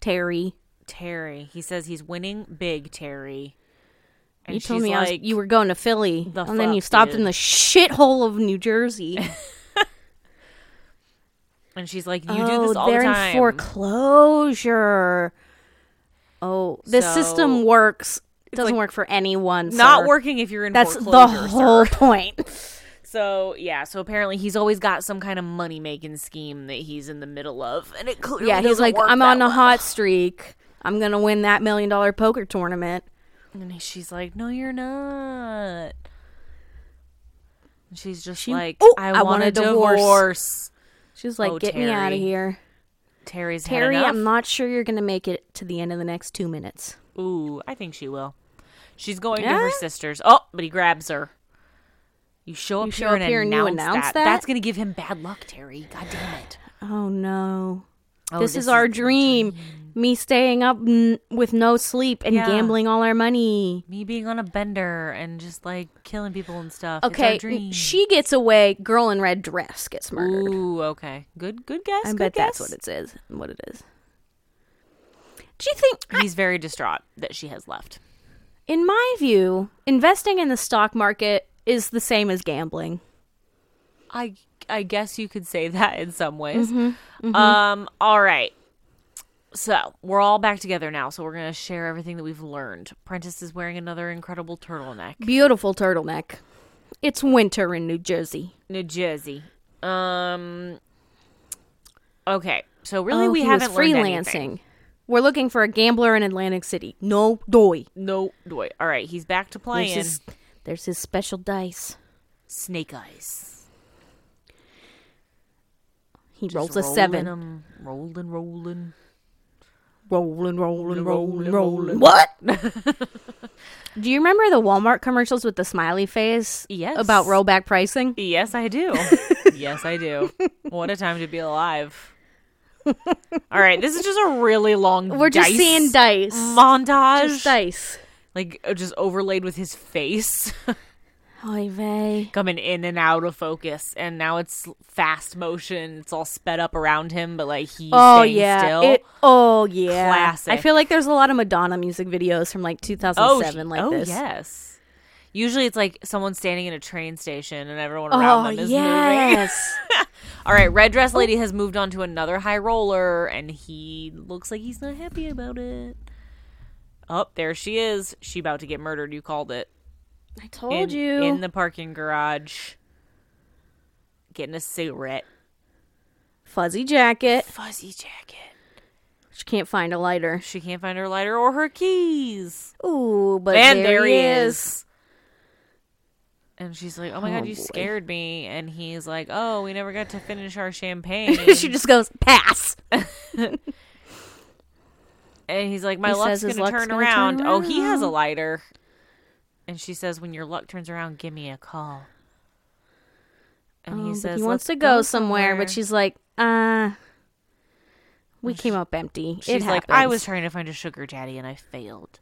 Speaker 2: Terry.
Speaker 1: Terry. He says he's winning big, Terry. And
Speaker 2: you told
Speaker 1: she's
Speaker 2: me I was,
Speaker 1: like,
Speaker 2: you were going to Philly,
Speaker 1: "The
Speaker 2: and then you
Speaker 1: fuck,
Speaker 2: stopped in
Speaker 1: dude."
Speaker 2: the shithole of New Jersey.
Speaker 1: And she's like, "You
Speaker 2: oh,
Speaker 1: do this all
Speaker 2: they're
Speaker 1: the time."
Speaker 2: in foreclosure. Oh, this
Speaker 1: So-
Speaker 2: system works. It doesn't
Speaker 1: like-
Speaker 2: work for anyone.
Speaker 1: Not
Speaker 2: sir.
Speaker 1: working if you're in
Speaker 2: That's the
Speaker 1: foreclosure,
Speaker 2: whole
Speaker 1: sir.
Speaker 2: point.
Speaker 1: So yeah, so apparently he's always got some kind of money making scheme that he's in the middle of, and it clearly
Speaker 2: Yeah, he's
Speaker 1: doesn't
Speaker 2: like,
Speaker 1: work
Speaker 2: I'm
Speaker 1: that
Speaker 2: on a
Speaker 1: well."
Speaker 2: hot streak. I'm gonna win that million dollar poker tournament.
Speaker 1: And he- she's like, "No, you're not." And she's just like,
Speaker 2: "Oh,
Speaker 1: I,
Speaker 2: I
Speaker 1: want
Speaker 2: want
Speaker 1: a
Speaker 2: a divorce."
Speaker 1: divorce."
Speaker 2: She's like,
Speaker 1: Oh,
Speaker 2: "Get me out
Speaker 1: Terry.
Speaker 2: of here,
Speaker 1: Terry's had
Speaker 2: Terry.
Speaker 1: enough.
Speaker 2: I'm not sure you're gonna make it to the end of the next two minutes."
Speaker 1: Ooh, I think she will. She's going to
Speaker 2: Yeah?
Speaker 1: her sister's. Oh, but he grabs her. You show up,
Speaker 2: You
Speaker 1: here,
Speaker 2: show
Speaker 1: and
Speaker 2: up here and you
Speaker 1: announce,
Speaker 2: announce
Speaker 1: that.
Speaker 2: that?
Speaker 1: That's gonna give him bad luck, Terry. God damn it.
Speaker 2: Oh no,
Speaker 1: Oh,
Speaker 2: this, is our dream. Me staying up n- with no sleep and
Speaker 1: Yeah.
Speaker 2: gambling all our money.
Speaker 1: me being on a bender and just like killing people and stuff. It's our
Speaker 2: Okay,
Speaker 1: dream.
Speaker 2: she gets away. Girl in red dress gets murdered.
Speaker 1: Ooh, okay. Good, good guess.
Speaker 2: I
Speaker 1: good
Speaker 2: bet that's
Speaker 1: guess.
Speaker 2: what it is. What it is. Do you think
Speaker 1: He's very distraught that she has left.
Speaker 2: In my view, investing in the stock market is the same as gambling.
Speaker 1: I, I guess you could say that in some ways.
Speaker 2: Mm-hmm.
Speaker 1: Um. All right. So we're all back together now. So we're gonna share everything that we've learned. Prentice is wearing another incredible turtleneck.
Speaker 2: Beautiful turtleneck. It's winter in New Jersey.
Speaker 1: New Jersey. Um. Okay. So really,
Speaker 2: Oh,
Speaker 1: we
Speaker 2: he was
Speaker 1: haven't learned anything.
Speaker 2: freelancing. We're looking for a gambler in Atlantic City. No doy.
Speaker 1: No, wait. All right. He's back to
Speaker 2: There's
Speaker 1: playing
Speaker 2: his, there's his special dice.
Speaker 1: Snake Eyes.
Speaker 2: He
Speaker 1: Just
Speaker 2: rolls a seven.
Speaker 1: rolling 'em, rolling, rolling.
Speaker 2: Rolling, rolling,
Speaker 1: Rolling,
Speaker 2: rolling, rolling.
Speaker 1: rolling.
Speaker 2: What? Do you remember the Walmart commercials with the smiley face?
Speaker 1: Yes.
Speaker 2: About rollback pricing?
Speaker 1: Yes, I do. yes, I do. What a time to be alive. All right, this is just a really long.
Speaker 2: We're just
Speaker 1: dice
Speaker 2: seeing dice.
Speaker 1: montage,
Speaker 2: Just dice.
Speaker 1: like uh, just overlaid with his face.
Speaker 2: Oy vey.
Speaker 1: coming in and out of focus and now it's fast motion it's all sped up around him but like he's
Speaker 2: Oh
Speaker 1: staying
Speaker 2: yeah.
Speaker 1: still
Speaker 2: It- oh yeah. I
Speaker 1: Classic.
Speaker 2: feel like there's a lot of Madonna music videos from like 2007
Speaker 1: she-
Speaker 2: like
Speaker 1: oh,
Speaker 2: this.
Speaker 1: yes usually it's like someone standing in a train station and everyone around
Speaker 2: Oh
Speaker 1: them is moving
Speaker 2: yes.
Speaker 1: all right red dress
Speaker 2: Oh.
Speaker 1: lady has moved on to another high roller and he looks like he's not happy about it oh there she is she about to get murdered you called it
Speaker 2: I told
Speaker 1: in,
Speaker 2: you.
Speaker 1: in the parking garage getting a cigarette
Speaker 2: fuzzy jacket.
Speaker 1: fuzzy jacket
Speaker 2: She can't find a lighter.
Speaker 1: She can't find her lighter or her keys.
Speaker 2: Ooh, but
Speaker 1: and
Speaker 2: there, he is.
Speaker 1: And she's like, "Oh my god, you
Speaker 2: boy.
Speaker 1: scared me." And he's like, "Oh, we never got to finish our champagne."
Speaker 2: she just goes pass.
Speaker 1: and he's like, "My
Speaker 2: He
Speaker 1: luck's
Speaker 2: says his
Speaker 1: gonna,
Speaker 2: luck's
Speaker 1: turn,
Speaker 2: gonna
Speaker 1: around.
Speaker 2: turn
Speaker 1: Oh, he has a
Speaker 2: around.
Speaker 1: lighter. And she says, "When your luck turns around, give me a call." And
Speaker 2: Um,
Speaker 1: he
Speaker 2: but
Speaker 1: says,
Speaker 2: he wants
Speaker 1: "Let's
Speaker 2: to go, somewhere, but she's like, uh, we came up empty.
Speaker 1: She's
Speaker 2: it
Speaker 1: like,
Speaker 2: happens.
Speaker 1: I was trying to find a sugar daddy and I failed.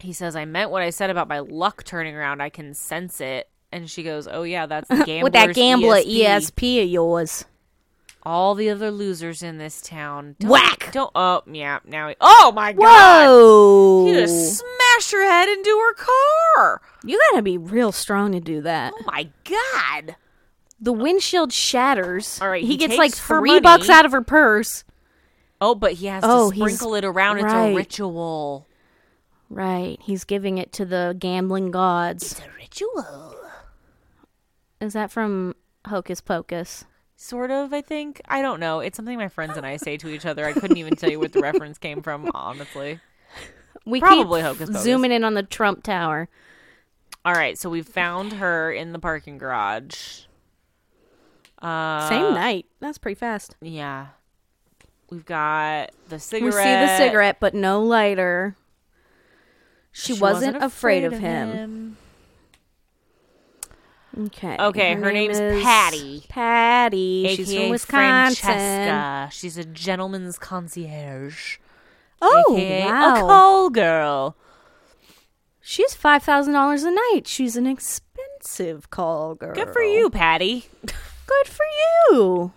Speaker 1: he says, I meant what I said about my luck turning around. I can sense it. And she goes, Oh, yeah, that's the gambler.
Speaker 2: with that gambler E
Speaker 1: E
Speaker 2: ESP of yours.
Speaker 1: All the other losers in this town. Don't,
Speaker 2: Whack!
Speaker 1: Don't. Oh, yeah. Now. He, oh, my God.
Speaker 2: Whoa!
Speaker 1: He just smashed her head into her car.
Speaker 2: You gotta be real strong to do that.
Speaker 1: Oh, my God.
Speaker 2: The windshield shatters.
Speaker 1: All right,
Speaker 2: he,
Speaker 1: he
Speaker 2: gets like
Speaker 1: takes her
Speaker 2: three
Speaker 1: money.
Speaker 2: bucks out of her purse.
Speaker 1: Oh, but he has
Speaker 2: Oh,
Speaker 1: to
Speaker 2: he's-
Speaker 1: sprinkle it around. It's a
Speaker 2: right.
Speaker 1: ritual.
Speaker 2: Right, he's giving it to the gambling gods.
Speaker 1: It's a ritual.
Speaker 2: Is that from Hocus Pocus?
Speaker 1: Sort of, I think. I don't know. It's something my friends and I say to each other. I couldn't even tell you where the reference came from, honestly.
Speaker 2: We
Speaker 1: Probably
Speaker 2: keep
Speaker 1: Hocus Pocus.
Speaker 2: zooming in on the Trump Tower.
Speaker 1: All right, so we found her in the parking garage. Uh,
Speaker 2: Same night. That's pretty fast.
Speaker 1: Yeah. We've got the cigarette.
Speaker 2: We see the cigarette, but no lighter. She, wasn't, afraid, of him. Okay.
Speaker 1: Okay, her name is Patty.
Speaker 2: Patty.
Speaker 1: AKA
Speaker 2: She's from Wisconsin.
Speaker 1: Francesca. She's a gentleman's concierge.
Speaker 2: Oh,
Speaker 1: AKA
Speaker 2: wow.
Speaker 1: A call girl.
Speaker 2: She's five thousand dollars a night. She's an expensive call girl.
Speaker 1: Good for you, Patty.
Speaker 2: Good for you.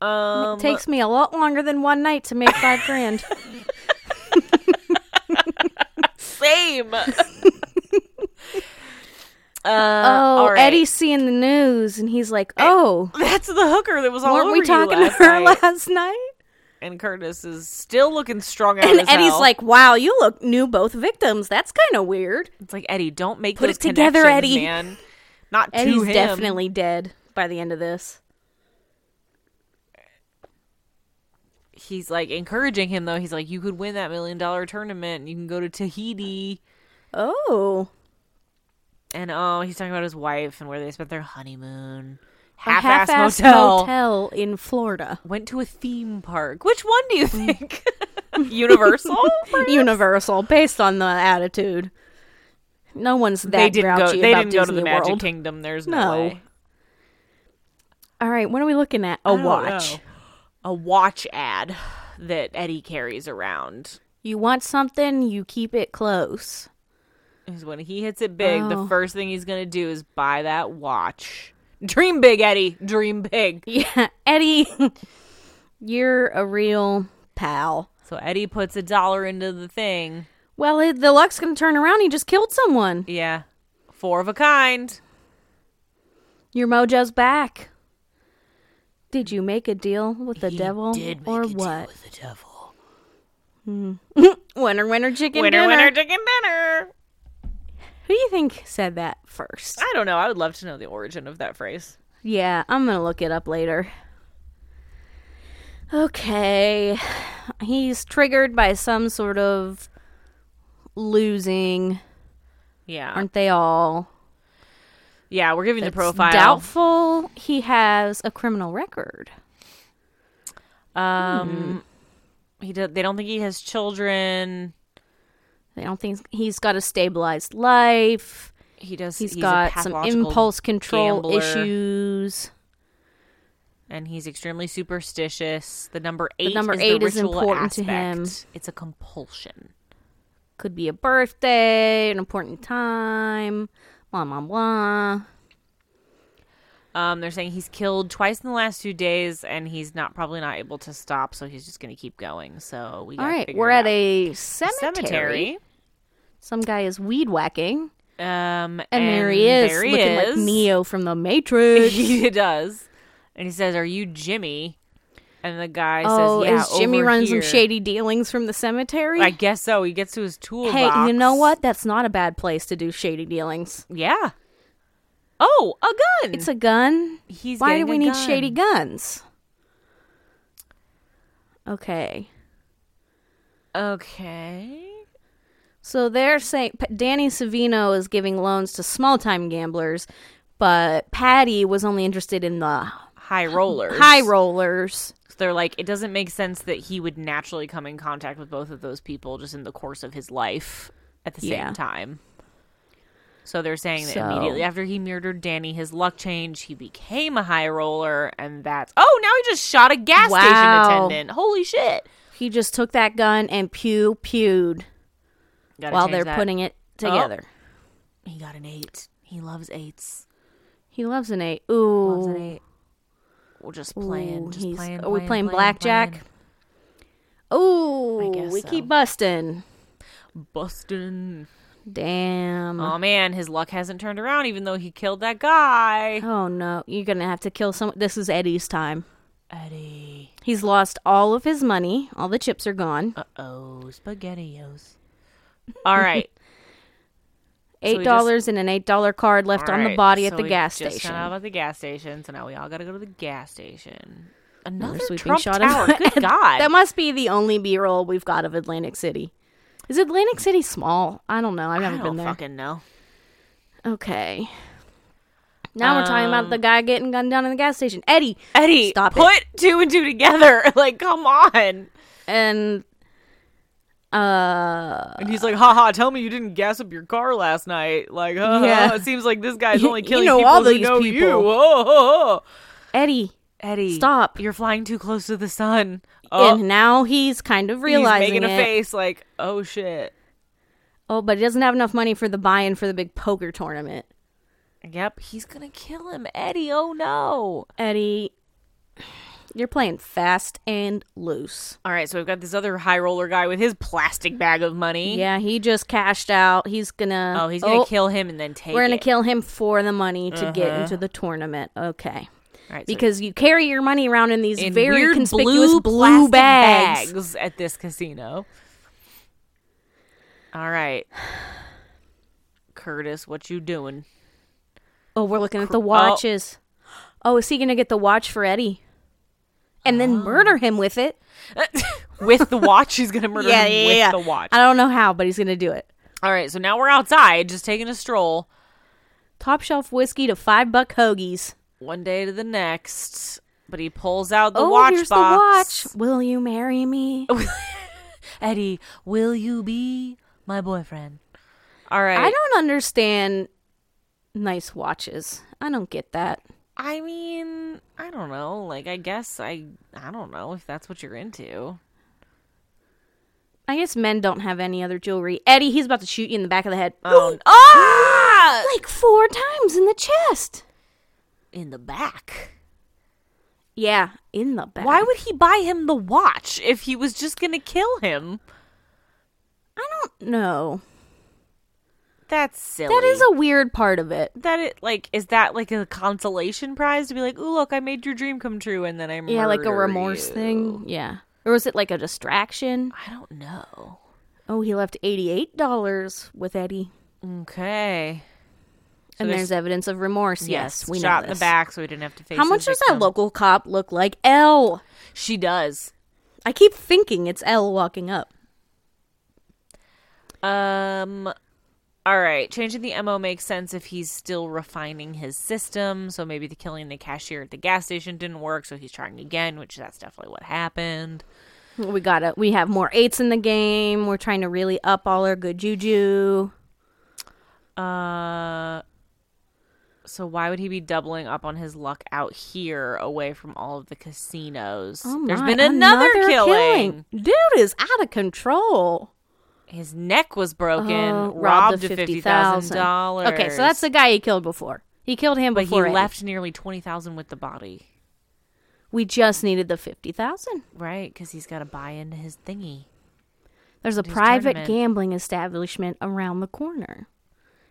Speaker 1: Um, Uh,
Speaker 2: Takes me a lot longer than one night to make five grand.
Speaker 1: same. uh,
Speaker 2: oh,
Speaker 1: all right.
Speaker 2: Eddie's seeing the news and he's like, "Oh,
Speaker 1: That's the hooker that was all
Speaker 2: weren't
Speaker 1: over
Speaker 2: we talking
Speaker 1: you
Speaker 2: to
Speaker 1: last
Speaker 2: her
Speaker 1: night.
Speaker 2: last night?"
Speaker 1: And Curtis is still looking strong out
Speaker 2: And
Speaker 1: as
Speaker 2: Eddie's
Speaker 1: hell.
Speaker 2: like, "Wow, you look knew both victims. That's kind of weird."
Speaker 1: it's like Eddie, don't make
Speaker 2: Put
Speaker 1: those
Speaker 2: it together,
Speaker 1: connections,
Speaker 2: Eddie."
Speaker 1: Man. Not to
Speaker 2: Eddie's
Speaker 1: him.
Speaker 2: definitely dead by the end of this.
Speaker 1: He's like encouraging him though. He's like, you could win that million dollar tournament. and You can go to Tahiti.
Speaker 2: Oh,
Speaker 1: And oh, he's talking about his wife and where they spent their honeymoon.
Speaker 2: a
Speaker 1: Half-ass,
Speaker 2: half-assed
Speaker 1: motel.
Speaker 2: motel in Florida.
Speaker 1: Went to a theme park. Which one do you think? Universal.
Speaker 2: Universal, based on the attitude. No one's that
Speaker 1: they didn't go.
Speaker 2: grouchy
Speaker 1: They
Speaker 2: about
Speaker 1: didn't
Speaker 2: Disney
Speaker 1: go to the Magic
Speaker 2: World.
Speaker 1: Kingdom. There's no,
Speaker 2: No.
Speaker 1: way.
Speaker 2: All right, what are we looking at? A
Speaker 1: I don't
Speaker 2: watch.
Speaker 1: know. A watch ad that Eddie carries around
Speaker 2: You want something, you keep it close.
Speaker 1: is when he hits it big. The
Speaker 2: Oh.
Speaker 1: first thing he's gonna do is buy that watch. Dream big, Eddie. Dream big.
Speaker 2: Yeah, Eddie, you're a real pal.
Speaker 1: So Eddie puts a dollar into the thing.
Speaker 2: Well, it, the luck's gonna turn around. He just killed someone.
Speaker 1: Yeah, four of a kind.
Speaker 2: Your mojo's back. Did you make a deal with the devil, or what?
Speaker 1: with the devil.
Speaker 2: Winner, winner, chicken
Speaker 1: Winner,
Speaker 2: dinner.
Speaker 1: winner, chicken dinner.
Speaker 2: Who do you think said that first?
Speaker 1: I don't know. I would love to know the origin of that phrase.
Speaker 2: Yeah, I'm gonna look it up later. Okay. He's triggered by some sort of losing.
Speaker 1: Yeah,
Speaker 2: Aren't they all?
Speaker 1: yeah. We're giving the
Speaker 2: It's
Speaker 1: profile.
Speaker 2: Doubtful he has a criminal record.
Speaker 1: Um, he do- they don't think he has children.
Speaker 2: They don't think he's got a stabilized life.
Speaker 1: He does.
Speaker 2: He's
Speaker 1: a
Speaker 2: got some
Speaker 1: pathological
Speaker 2: impulse control
Speaker 1: gambler,
Speaker 2: issues.
Speaker 1: and he's extremely superstitious. The number eight,
Speaker 2: number
Speaker 1: is,
Speaker 2: eight
Speaker 1: the
Speaker 2: is
Speaker 1: ritual
Speaker 2: important to
Speaker 1: aspect.
Speaker 2: him.
Speaker 1: It's a compulsion.
Speaker 2: Could be a birthday, an important time, blah, blah, blah.
Speaker 1: Um, they're saying he's killed twice in the last two days, and he's not probably not able to stop, so he's just going to keep going. So we
Speaker 2: All
Speaker 1: gotta
Speaker 2: right,
Speaker 1: figure
Speaker 2: we're
Speaker 1: it
Speaker 2: at
Speaker 1: out.
Speaker 2: a cemetery.
Speaker 1: cemetery.
Speaker 2: Some guy is weed whacking, and,
Speaker 1: Um,
Speaker 2: there he is,
Speaker 1: there he
Speaker 2: looking like
Speaker 1: is.
Speaker 2: Neo from the Matrix.
Speaker 1: he does, and he says, "Are you Jimmy?" And the guy
Speaker 2: oh,
Speaker 1: says, "Yeah."
Speaker 2: is Jimmy
Speaker 1: over
Speaker 2: running some
Speaker 1: here."
Speaker 2: shady dealings from the cemetery?
Speaker 1: I guess so. He gets to his toolbox.
Speaker 2: hey, you know what? That's not a bad place to do shady dealings.
Speaker 1: Yeah. Oh, a gun.
Speaker 2: It's a gun.
Speaker 1: He's
Speaker 2: Why do
Speaker 1: getting
Speaker 2: we
Speaker 1: a
Speaker 2: need
Speaker 1: gun.
Speaker 2: shady guns? Okay.
Speaker 1: Okay.
Speaker 2: So they're saying P- Danny Savino is giving loans to small time gamblers, but Patty was only interested in the
Speaker 1: High rollers.
Speaker 2: high rollers.
Speaker 1: So they're like, it doesn't make sense that he would naturally come in contact with both of those people just in the course of his life at the same
Speaker 2: Yeah.
Speaker 1: time. So they're saying that
Speaker 2: So-
Speaker 1: immediately after he murdered Danny, his luck changed. He became a high roller, and that's oh, now he just shot a gas station
Speaker 2: Wow.
Speaker 1: attendant. Holy shit!
Speaker 2: He just took that gun and pew pewed
Speaker 1: Gotta
Speaker 2: while
Speaker 1: change
Speaker 2: they're
Speaker 1: that. Oh.
Speaker 2: putting it together.
Speaker 1: he got an eight. He loves eights.
Speaker 2: He loves an eight.
Speaker 1: Loves an
Speaker 2: Ooh,
Speaker 1: eight. We're just playing.
Speaker 2: Ooh,
Speaker 1: just
Speaker 2: he's-
Speaker 1: playing.
Speaker 2: are we
Speaker 1: playing,
Speaker 2: playing
Speaker 1: playing,
Speaker 2: blackjack?
Speaker 1: playing.
Speaker 2: ooh,
Speaker 1: guess
Speaker 2: we
Speaker 1: so.
Speaker 2: keep busting.
Speaker 1: Bustin'.
Speaker 2: Damn.
Speaker 1: Oh man, his luck hasn't turned around, even though he killed that guy.
Speaker 2: Oh no, you're gonna have to kill someone. This is Eddie's time.
Speaker 1: Eddie.
Speaker 2: He's lost all of his money. All the chips are gone.
Speaker 1: Uh oh, spaghettios. All right.
Speaker 2: Eight
Speaker 1: we
Speaker 2: dollars and an eight dollar card left
Speaker 1: all
Speaker 2: on the
Speaker 1: right.
Speaker 2: body at
Speaker 1: So
Speaker 2: the
Speaker 1: we
Speaker 2: gas
Speaker 1: just
Speaker 2: station.
Speaker 1: Found out about the gas station, so now we all got to go to the gas station. Another
Speaker 2: sweeping
Speaker 1: Trump
Speaker 2: shot of-
Speaker 1: tower. Good God.
Speaker 2: That must be the only B roll we've got of Atlantic City. Is Atlantic City small? I don't know. I've
Speaker 1: I
Speaker 2: never
Speaker 1: don't
Speaker 2: been there.
Speaker 1: fucking know.
Speaker 2: Okay. Now we're talking about
Speaker 1: Um,
Speaker 2: the guy getting gunned down in the gas station. Eddie.
Speaker 1: Eddie,
Speaker 2: Stop it.
Speaker 1: put two and two together. Like, come on.
Speaker 2: And uh
Speaker 1: And he's like, haha, tell me you didn't gas up your car last night. Like, huh,
Speaker 2: Yeah.
Speaker 1: huh, it seems like this guy's
Speaker 2: You-
Speaker 1: only
Speaker 2: you
Speaker 1: killing
Speaker 2: know
Speaker 1: people
Speaker 2: all
Speaker 1: who
Speaker 2: these
Speaker 1: know
Speaker 2: people.
Speaker 1: you. Oh, oh, oh.
Speaker 2: Eddie.
Speaker 1: Eddie,
Speaker 2: Stop.
Speaker 1: You're flying too close to the sun. Oh,
Speaker 2: And now he's kind of realizing
Speaker 1: he's making a
Speaker 2: it.
Speaker 1: face like, oh shit.
Speaker 2: Oh, but he doesn't have enough money for the buy-in for the big poker tournament.
Speaker 1: Yep, he's gonna kill him, Eddie. Oh no.
Speaker 2: Eddie, you're playing fast and loose.
Speaker 1: All right, so we've got this other high roller guy with his plastic bag of money.
Speaker 2: Yeah, he just cashed out. He's gonna.
Speaker 1: Oh, he's gonna kill Uh-huh. him and then take.
Speaker 2: We're gonna
Speaker 1: it.
Speaker 2: kill him for the money to get into the tournament. Okay,
Speaker 1: All right, so
Speaker 2: because you carry your money around in these
Speaker 1: in
Speaker 2: very
Speaker 1: weird
Speaker 2: conspicuous blue,
Speaker 1: plastic
Speaker 2: bags.
Speaker 1: at this casino. All right, Curtis, what you doing?
Speaker 2: Oh, we're looking at the watches. Oh. is he gonna get the watch for Eddie, and
Speaker 1: Oh.
Speaker 2: then murder him with it?
Speaker 1: with the watch, he's gonna murder him with the watch.
Speaker 2: I don't know how, but he's gonna do it.
Speaker 1: All right, so now we're outside, just taking a stroll.
Speaker 2: Top shelf whiskey to five buck hoagies.
Speaker 1: one day to the next. But he pulls out the
Speaker 2: oh,
Speaker 1: watch
Speaker 2: here's
Speaker 1: box.
Speaker 2: the watch. Will you marry me?
Speaker 1: Eddie, will you be my boyfriend? All right.
Speaker 2: I don't understand nice watches. I don't get that.
Speaker 1: I mean, I don't know. Like, I guess I. I don't know if that's what you're into.
Speaker 2: I guess men don't have any other jewelry. Eddie, he's about to shoot you in the back of the head.
Speaker 1: Oh, ah!
Speaker 2: like four times in the chest.
Speaker 1: In the back.
Speaker 2: Yeah, in the back.
Speaker 1: Why would he buy him the watch if he was just gonna kill him?
Speaker 2: I don't know.
Speaker 1: That's silly.
Speaker 2: That is a weird part of it.
Speaker 1: that it like is that like a consolation prize to be like, ooh, look, I made your dream come true, and then I
Speaker 2: Yeah, like a
Speaker 1: murder
Speaker 2: remorse
Speaker 1: you."
Speaker 2: thing. Yeah. Or was it like a distraction?
Speaker 1: I don't know.
Speaker 2: Oh, he left $88 with Eddie.
Speaker 1: Okay.
Speaker 2: and
Speaker 1: there's-
Speaker 2: there's, evidence of remorse. Yes, we
Speaker 1: shot
Speaker 2: know
Speaker 1: in the
Speaker 2: this.
Speaker 1: back, so we didn't have to face.
Speaker 2: How
Speaker 1: his
Speaker 2: much does that
Speaker 1: victim.
Speaker 2: local cop look like? L.
Speaker 1: She does.
Speaker 2: I keep thinking it's L walking up.
Speaker 1: Um. All right, changing the mo makes sense if he's still refining his system. So maybe the killing the cashier at the gas station didn't work, so he's trying again, which that's definitely what happened.
Speaker 2: We gotta. We have more eights in the game. We're trying to really up all our good juju.
Speaker 1: Uh. So why would he be doubling up on his luck out here, away from all of the casinos? There's
Speaker 2: Oh My,
Speaker 1: been another, Oh killing.
Speaker 2: Dude is out of control.
Speaker 1: His neck was broken,
Speaker 2: Oh,
Speaker 1: robbed
Speaker 2: the
Speaker 1: of fifty thousand dollars.
Speaker 2: Okay, so that's the guy he killed before. He killed him
Speaker 1: but he
Speaker 2: before Eddie.
Speaker 1: left nearly twenty thousand with the body,
Speaker 2: We just needed the fifty thousand.
Speaker 1: right? Because he's got to buy into his thingy.
Speaker 2: There's a private
Speaker 1: tournament.
Speaker 2: gambling establishment around the corner.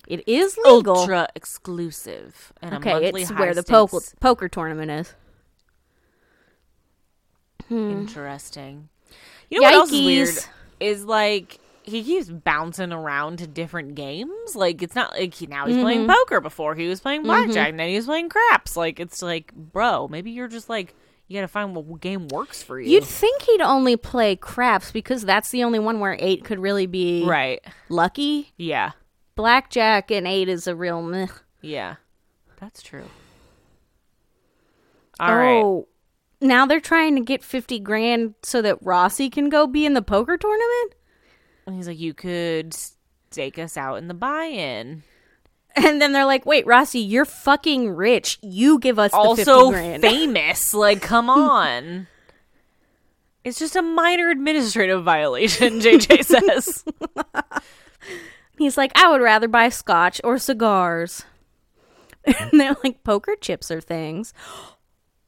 Speaker 2: It is legal.
Speaker 1: Ultra exclusive and a
Speaker 2: okay,
Speaker 1: monthly
Speaker 2: it's
Speaker 1: high
Speaker 2: where the
Speaker 1: stakes.
Speaker 2: poker poker tournament is.
Speaker 1: Interesting. You know what else is weird
Speaker 2: Hmm. Yikes.
Speaker 1: is like he keeps bouncing around to different games. Like it's not like he, now he's
Speaker 2: Mm-hmm.
Speaker 1: playing poker. Before he was playing blackjack, now he's playing craps. Like it's like, bro, maybe you're just like you gotta find what game works for you.
Speaker 2: You'd think he'd only play craps because that's the only one where eight could really be
Speaker 1: right?
Speaker 2: lucky.
Speaker 1: Yeah,
Speaker 2: Blackjack and eight is a real meh.
Speaker 1: yeah, that's true. All right.
Speaker 2: Oh. now they're trying to get fifty grand so that Rossi can go be in the poker tournament.
Speaker 1: and he's like, you could stake us out in the buy-in.
Speaker 2: And then they're like, "Wait, Rossi, you're fucking rich. You give us
Speaker 1: also
Speaker 2: the 50 grand."
Speaker 1: famous. Like, come on. It's just a minor administrative violation, JJ says.
Speaker 2: He's like, "I would rather buy scotch or cigars." and they're like, "Poker chips are things."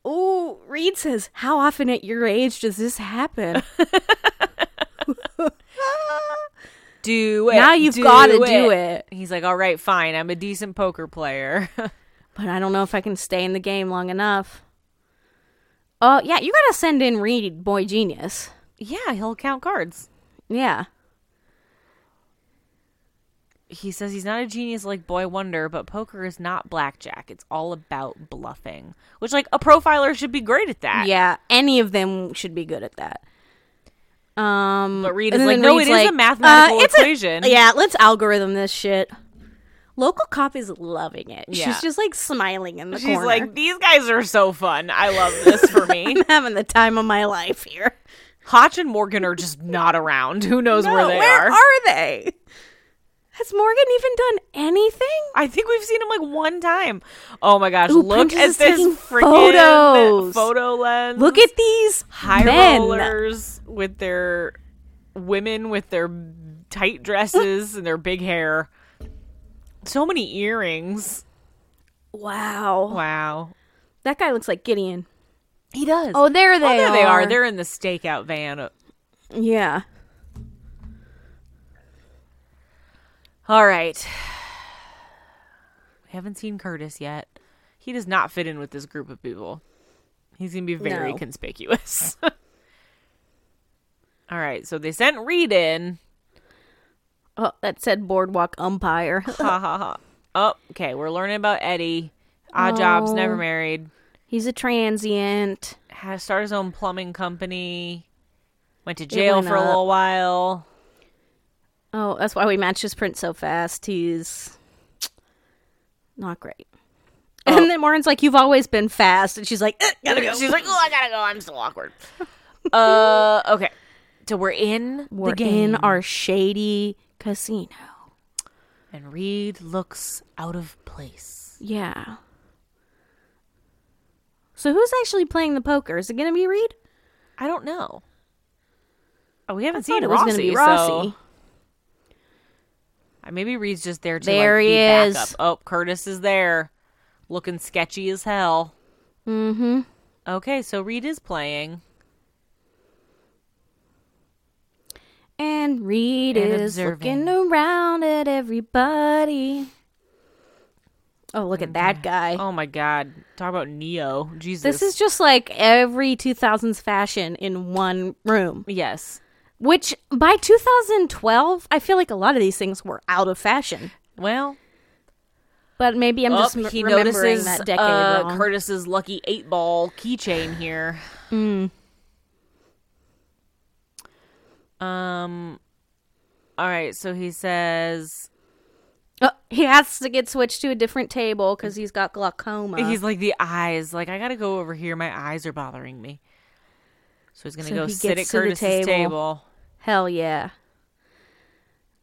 Speaker 2: Ooh, Reed says, "How often at your age does this happen?"
Speaker 1: Do it.
Speaker 2: Now you've gotta do it.
Speaker 1: He's like, all right, fine. I'm a decent poker player.
Speaker 2: but I don't know if I can stay in the game long enough. Oh, yeah, you got to send in Reed, boy genius.
Speaker 1: yeah, he'll count cards.
Speaker 2: Yeah.
Speaker 1: He says he's not a genius like Boy Wonder, but poker is not blackjack. It's all about bluffing, which, like, a profiler should be great at that.
Speaker 2: Yeah, any of them should be good at that. Um,
Speaker 1: But Reed
Speaker 2: and
Speaker 1: is
Speaker 2: then
Speaker 1: like, "No,
Speaker 2: Reed's
Speaker 1: it is a
Speaker 2: like, uh,
Speaker 1: mathematical
Speaker 2: it's a-
Speaker 1: equation."
Speaker 2: yeah, let's algorithm this shit. Local cop is loving it.
Speaker 1: Yeah.
Speaker 2: She's just like smiling in the
Speaker 1: She's
Speaker 2: corner.
Speaker 1: like, these guys are so fun. I love this for me.
Speaker 2: I'm having the time of my life here.
Speaker 1: Hotch and Morgan are just not around. Who knows where
Speaker 2: No,
Speaker 1: they
Speaker 2: where
Speaker 1: are?
Speaker 2: are they? Has Morgan even done anything?
Speaker 1: I think we've seen him like one time. Oh my gosh!
Speaker 2: Ooh,
Speaker 1: look
Speaker 2: Princess
Speaker 1: at
Speaker 2: is
Speaker 1: this
Speaker 2: taking
Speaker 1: freaking
Speaker 2: photos.
Speaker 1: photo lens.
Speaker 2: Look at these
Speaker 1: high
Speaker 2: men.
Speaker 1: rollers with their women with their tight dresses and their big hair. So many earrings.
Speaker 2: Wow.
Speaker 1: Wow.
Speaker 2: That guy looks like Gideon.
Speaker 1: He does.
Speaker 2: Oh, there they
Speaker 1: there
Speaker 2: are.
Speaker 1: they are. They're in the stakeout van.
Speaker 2: yeah.
Speaker 1: All right. We haven't seen Curtis yet. He does not fit in with this group of people. He's going to be very
Speaker 2: No.
Speaker 1: conspicuous. All right. So they sent Reed in.
Speaker 2: Oh, that said boardwalk umpire.
Speaker 1: Ha ha ha. Oh, okay. We're learning about Eddie. Odd jobs, never
Speaker 2: No.
Speaker 1: married.
Speaker 2: He's a transient.
Speaker 1: Has started his own plumbing company. Went to jail
Speaker 2: went
Speaker 1: for a
Speaker 2: up.
Speaker 1: little while.
Speaker 2: Oh, that's why we match his print so fast. He's not great. And then Warren's like, "You've always been fast," and she's like, "Eh, "Gotta go."
Speaker 1: Oh. She's like, oh, I gotta go. I'm still awkward. uh, okay. So we're in
Speaker 2: We're
Speaker 1: the game.
Speaker 2: in our shady casino.
Speaker 1: And Reed looks out of place.
Speaker 2: Yeah. So who's actually playing the poker? Is it gonna be Reed?
Speaker 1: I don't know. Oh, we haven't
Speaker 2: I
Speaker 1: seen
Speaker 2: thought it was
Speaker 1: Rossi.
Speaker 2: gonna be
Speaker 1: so-
Speaker 2: Rossi.
Speaker 1: Uh, maybe Reed's just there to
Speaker 2: There
Speaker 1: like,
Speaker 2: he
Speaker 1: be
Speaker 2: is.
Speaker 1: backup. Oh, Curtis is there, looking sketchy as hell. Mm-hmm. Okay, so Reed is playing
Speaker 2: And Reed
Speaker 1: And
Speaker 2: is
Speaker 1: observing.
Speaker 2: looking around at everybody. Oh, look at that guy.
Speaker 1: Oh my god, talk about Neo. Jesus,
Speaker 2: This is just like every 2000s fashion in one room,
Speaker 1: yes.
Speaker 2: which by 2012, I feel like a lot of these things were out of fashion.
Speaker 1: Well,
Speaker 2: But maybe I'm
Speaker 1: oh,
Speaker 2: just m-
Speaker 1: he
Speaker 2: remembering
Speaker 1: notices
Speaker 2: that decade
Speaker 1: uh,
Speaker 2: wrong.
Speaker 1: Curtis's lucky eight ball keychain here.
Speaker 2: Mm.
Speaker 1: Um. All right, so he says
Speaker 2: Uh, he has to get switched to a different table because he's got glaucoma.
Speaker 1: he's like the eyes. Like I gotta go over here. My eyes are bothering me. So he's gonna
Speaker 2: So
Speaker 1: go
Speaker 2: he
Speaker 1: sit at
Speaker 2: gets to the table.
Speaker 1: Curtis's table.
Speaker 2: Hell yeah.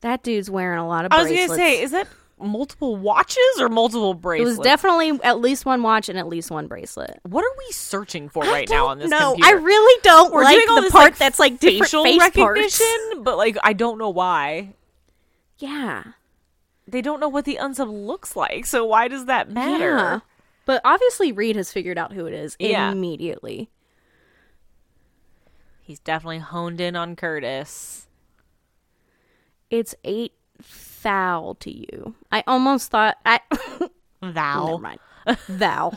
Speaker 2: That dude's wearing a lot of
Speaker 1: I was
Speaker 2: bracelets.
Speaker 1: gonna say, is that multiple watches or multiple
Speaker 2: It
Speaker 1: bracelets?
Speaker 2: was definitely at least one watch and at least one bracelet.
Speaker 1: what are we searching for right now on this
Speaker 2: No, I
Speaker 1: computer?
Speaker 2: really don't
Speaker 1: We're
Speaker 2: like
Speaker 1: doing all
Speaker 2: the
Speaker 1: this
Speaker 2: part
Speaker 1: like
Speaker 2: that's like different
Speaker 1: facial
Speaker 2: face parts.
Speaker 1: recognition, but like I don't know why
Speaker 2: Yeah.
Speaker 1: they don't know what the unsub looks like. So why does that matter?
Speaker 2: Yeah. But obviously Reed has figured out who it is
Speaker 1: Yeah.
Speaker 2: immediately.
Speaker 1: He's definitely honed in on Curtis.
Speaker 2: It's eight thou to you. I almost thought I never
Speaker 1: Thou.
Speaker 2: mind. Thou.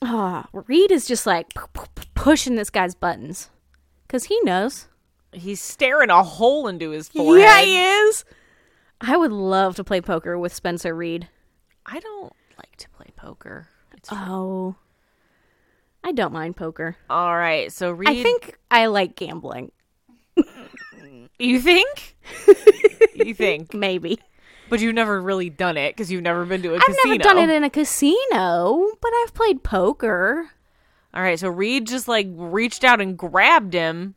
Speaker 2: Ah, Reed is just like p- p- p- pushing this guy's buttons because he knows.
Speaker 1: He's staring a hole into his forehead.
Speaker 2: is. I would love to play poker with Spencer Reed.
Speaker 1: I don't like to play poker. It's
Speaker 2: Oh, I don't mind poker.
Speaker 1: All right, so Reed,
Speaker 2: I think I like gambling.
Speaker 1: you think you think,
Speaker 2: Maybe
Speaker 1: but you've never really done it because you've never been to a
Speaker 2: I've
Speaker 1: casino.
Speaker 2: never done it in a casino, but I've played poker.
Speaker 1: All right, so Reed just like reached out and grabbed him,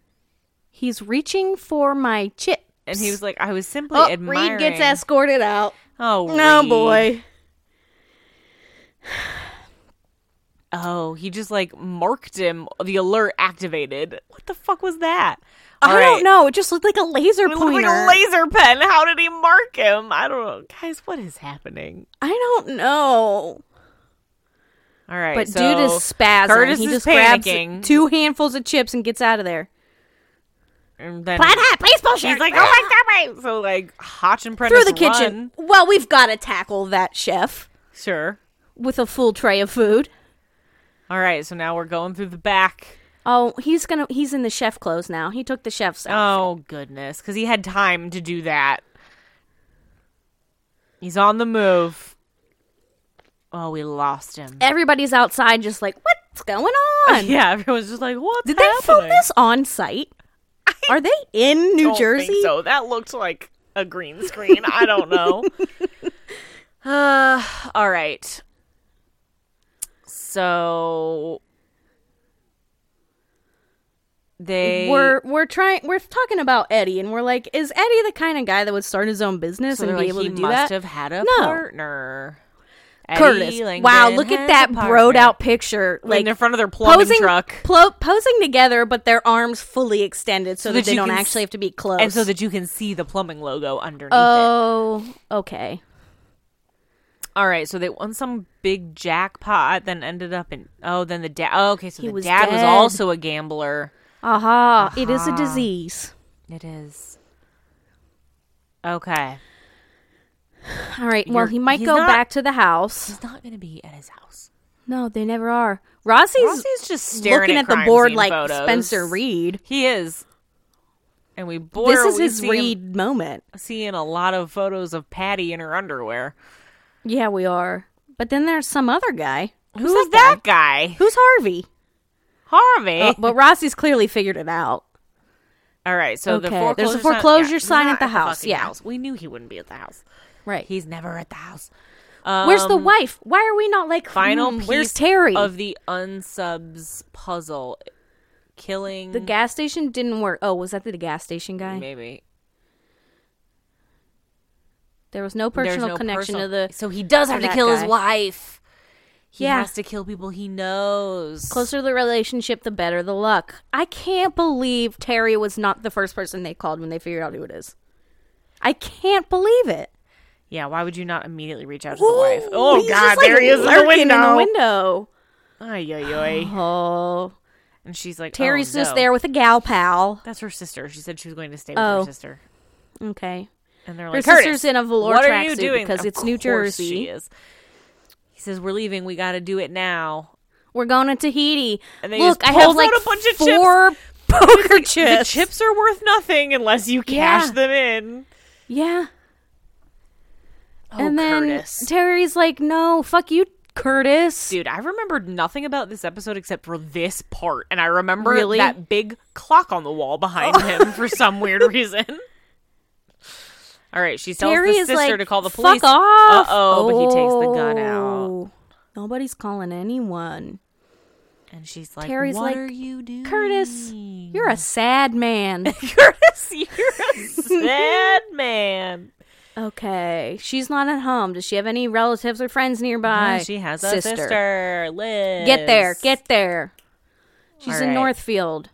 Speaker 2: He's reaching for my chip.
Speaker 1: and he was like, "I was simply
Speaker 2: Oh,
Speaker 1: admiring."
Speaker 2: Reed gets escorted out.
Speaker 1: Oh
Speaker 2: No
Speaker 1: Reed.
Speaker 2: boy.
Speaker 1: Oh, he just like marked him. The alert activated. What the fuck was that?
Speaker 2: I
Speaker 1: All right.
Speaker 2: don't know. It just looked like a laser
Speaker 1: It
Speaker 2: pointer.
Speaker 1: looked like a laser pen. How did he mark him? I don't know, guys. What is happening?
Speaker 2: I don't know.
Speaker 1: All right,
Speaker 2: But
Speaker 1: so
Speaker 2: dude is spazzing.
Speaker 1: Curtis
Speaker 2: he
Speaker 1: is
Speaker 2: just
Speaker 1: panicking.
Speaker 2: grabs two handfuls of chips and gets out of there.
Speaker 1: and then
Speaker 2: Flat hat baseball shirt.
Speaker 1: he's like, "Oh my god!" So like Hotch and Prentice
Speaker 2: through the kitchen.
Speaker 1: run.
Speaker 2: Well, we've got to tackle that chef
Speaker 1: Sure.
Speaker 2: with a full tray of food.
Speaker 1: All right, so now we're going through the back.
Speaker 2: Oh, he's gonna. He's in the chef clothes now. He took the chef's. out.
Speaker 1: Oh goodness, because he had time to do that. He's on the move. Oh, we lost him.
Speaker 2: Everybody's outside, just like, what's going on?
Speaker 1: Yeah, everyone's just like, "What?
Speaker 2: Did they film this on site? Are they in New Jersey?
Speaker 1: so that looked like a green screen. I don't know. uh, all right. So they
Speaker 2: We're we're trying. We're talking about Eddie, and we're like, is Eddie the kind of guy that would start his own business
Speaker 1: so
Speaker 2: and
Speaker 1: they're
Speaker 2: be
Speaker 1: like,
Speaker 2: able
Speaker 1: he
Speaker 2: to do
Speaker 1: must
Speaker 2: that?
Speaker 1: have had a
Speaker 2: No.
Speaker 1: partner. Eddie
Speaker 2: Curtis.
Speaker 1: Langdon
Speaker 2: wow, look at
Speaker 1: has
Speaker 2: that broed
Speaker 1: a partner.
Speaker 2: out picture.
Speaker 1: Like,
Speaker 2: Like
Speaker 1: in front of their plumbing
Speaker 2: posing,
Speaker 1: truck,
Speaker 2: plo- posing together, but their arms fully extended so, that,
Speaker 1: that
Speaker 2: they
Speaker 1: you
Speaker 2: don't
Speaker 1: can
Speaker 2: actually
Speaker 1: s-
Speaker 2: have to be close.
Speaker 1: and so that you can see the plumbing logo underneath it.
Speaker 2: oh, okay.
Speaker 1: All right, so they won some big jackpot, then ended up in oh, then the dad. Oh, okay, so the
Speaker 2: was
Speaker 1: dad was
Speaker 2: dead.
Speaker 1: also a gambler.
Speaker 2: Aha! It is a disease.
Speaker 1: It is okay.
Speaker 2: All right. well,
Speaker 1: You're-
Speaker 2: he might
Speaker 1: he's
Speaker 2: go
Speaker 1: not-
Speaker 2: back to the house.
Speaker 1: He's not gonna be at his house.
Speaker 2: No, they never are. Rossi's
Speaker 1: He's just staring
Speaker 2: looking at the
Speaker 1: crime
Speaker 2: board
Speaker 1: scene
Speaker 2: like
Speaker 1: photos.
Speaker 2: Spencer Reed.
Speaker 1: He is, and we boy,
Speaker 2: This
Speaker 1: are
Speaker 2: is
Speaker 1: we
Speaker 2: his
Speaker 1: seeing-
Speaker 2: Reed moment.
Speaker 1: Seeing a lot of photos of Patty in her underwear.
Speaker 2: Yeah, we are. But then there's some other guy.
Speaker 1: Who's, that, guy?
Speaker 2: Who's Harvey?
Speaker 1: Harvey.
Speaker 2: Uh, but Rossi's clearly figured it out.
Speaker 1: All right, so the
Speaker 2: Okay,
Speaker 1: foreclosure
Speaker 2: there's a
Speaker 1: sign- yeah,
Speaker 2: foreclosure
Speaker 1: he's
Speaker 2: sign
Speaker 1: not
Speaker 2: at the house,
Speaker 1: fucking
Speaker 2: yeah.
Speaker 1: house. we knew he wouldn't be at the house.
Speaker 2: Right.
Speaker 1: He's never at the house.
Speaker 2: Where's the wife? Why are we not like
Speaker 1: Um, final
Speaker 2: hmm,
Speaker 1: piece
Speaker 2: Where's Terry?
Speaker 1: of the unsubs puzzle killing
Speaker 2: the gas station didn't work. Oh, was that the gas station guy?
Speaker 1: maybe
Speaker 2: There was no
Speaker 1: There's
Speaker 2: personal
Speaker 1: no
Speaker 2: connection
Speaker 1: personal-
Speaker 2: to the
Speaker 1: so he does have
Speaker 2: to
Speaker 1: to
Speaker 2: that
Speaker 1: kill his
Speaker 2: guy.
Speaker 1: wife he
Speaker 2: Yeah.
Speaker 1: has to kill people he knows
Speaker 2: closer the relationship, the better the luck. I can't believe Terry was not the first person they called when they figured out who it is. I can't believe it.
Speaker 1: yeah why would you not immediately reach out to the wife oh
Speaker 2: He's
Speaker 1: god
Speaker 2: just, like,
Speaker 1: there he is in the
Speaker 2: lurking in
Speaker 1: window,
Speaker 2: window.
Speaker 1: Ay, ay, ay.
Speaker 2: Oh,
Speaker 1: and she's like
Speaker 2: Terry's
Speaker 1: oh,
Speaker 2: just
Speaker 1: no.
Speaker 2: there with a gal pal.
Speaker 1: that's her sister she said she was going to stay with
Speaker 2: Oh.
Speaker 1: her sister
Speaker 2: Okay.
Speaker 1: and they're
Speaker 2: Her
Speaker 1: like
Speaker 2: sister's
Speaker 1: "Curtis,
Speaker 2: in a velour
Speaker 1: what are you
Speaker 2: tracksuit
Speaker 1: doing
Speaker 2: because
Speaker 1: Of
Speaker 2: it's New
Speaker 1: course
Speaker 2: Jersey.
Speaker 1: she is he says we're leaving we got to do it now
Speaker 2: We're going to Tahiti.
Speaker 1: And they
Speaker 2: Look,
Speaker 1: just
Speaker 2: I have
Speaker 1: pulls out
Speaker 2: like
Speaker 1: a bunch of chips.
Speaker 2: four poker chips.
Speaker 1: The chips are worth nothing unless you cash
Speaker 2: Yeah.
Speaker 1: them in.
Speaker 2: Yeah.
Speaker 1: Oh,
Speaker 2: and then
Speaker 1: Curtis.
Speaker 2: Terry's like, "No, fuck you, Curtis."
Speaker 1: Dude, I remembered nothing about this episode except for this part, and I remember
Speaker 2: Really?
Speaker 1: that big clock on the wall behind him for some weird reason. All right, she tells
Speaker 2: Terry
Speaker 1: the
Speaker 2: is
Speaker 1: sister
Speaker 2: like,
Speaker 1: to call the
Speaker 2: "Fuck
Speaker 1: police.
Speaker 2: off.
Speaker 1: Uh-oh, but he takes the gun out.
Speaker 2: Oh. Nobody's calling anyone.
Speaker 1: And she's like,
Speaker 2: Terry's
Speaker 1: "What
Speaker 2: like,
Speaker 1: are you doing,
Speaker 2: Curtis, you're a sad man.
Speaker 1: Curtis, you're a sad man."
Speaker 2: Okay. She's not at home. Does she have any relatives or friends nearby?
Speaker 1: And she has a sister, Liz.
Speaker 2: Get there. Get there. She's
Speaker 1: All
Speaker 2: in
Speaker 1: right.
Speaker 2: Northfield.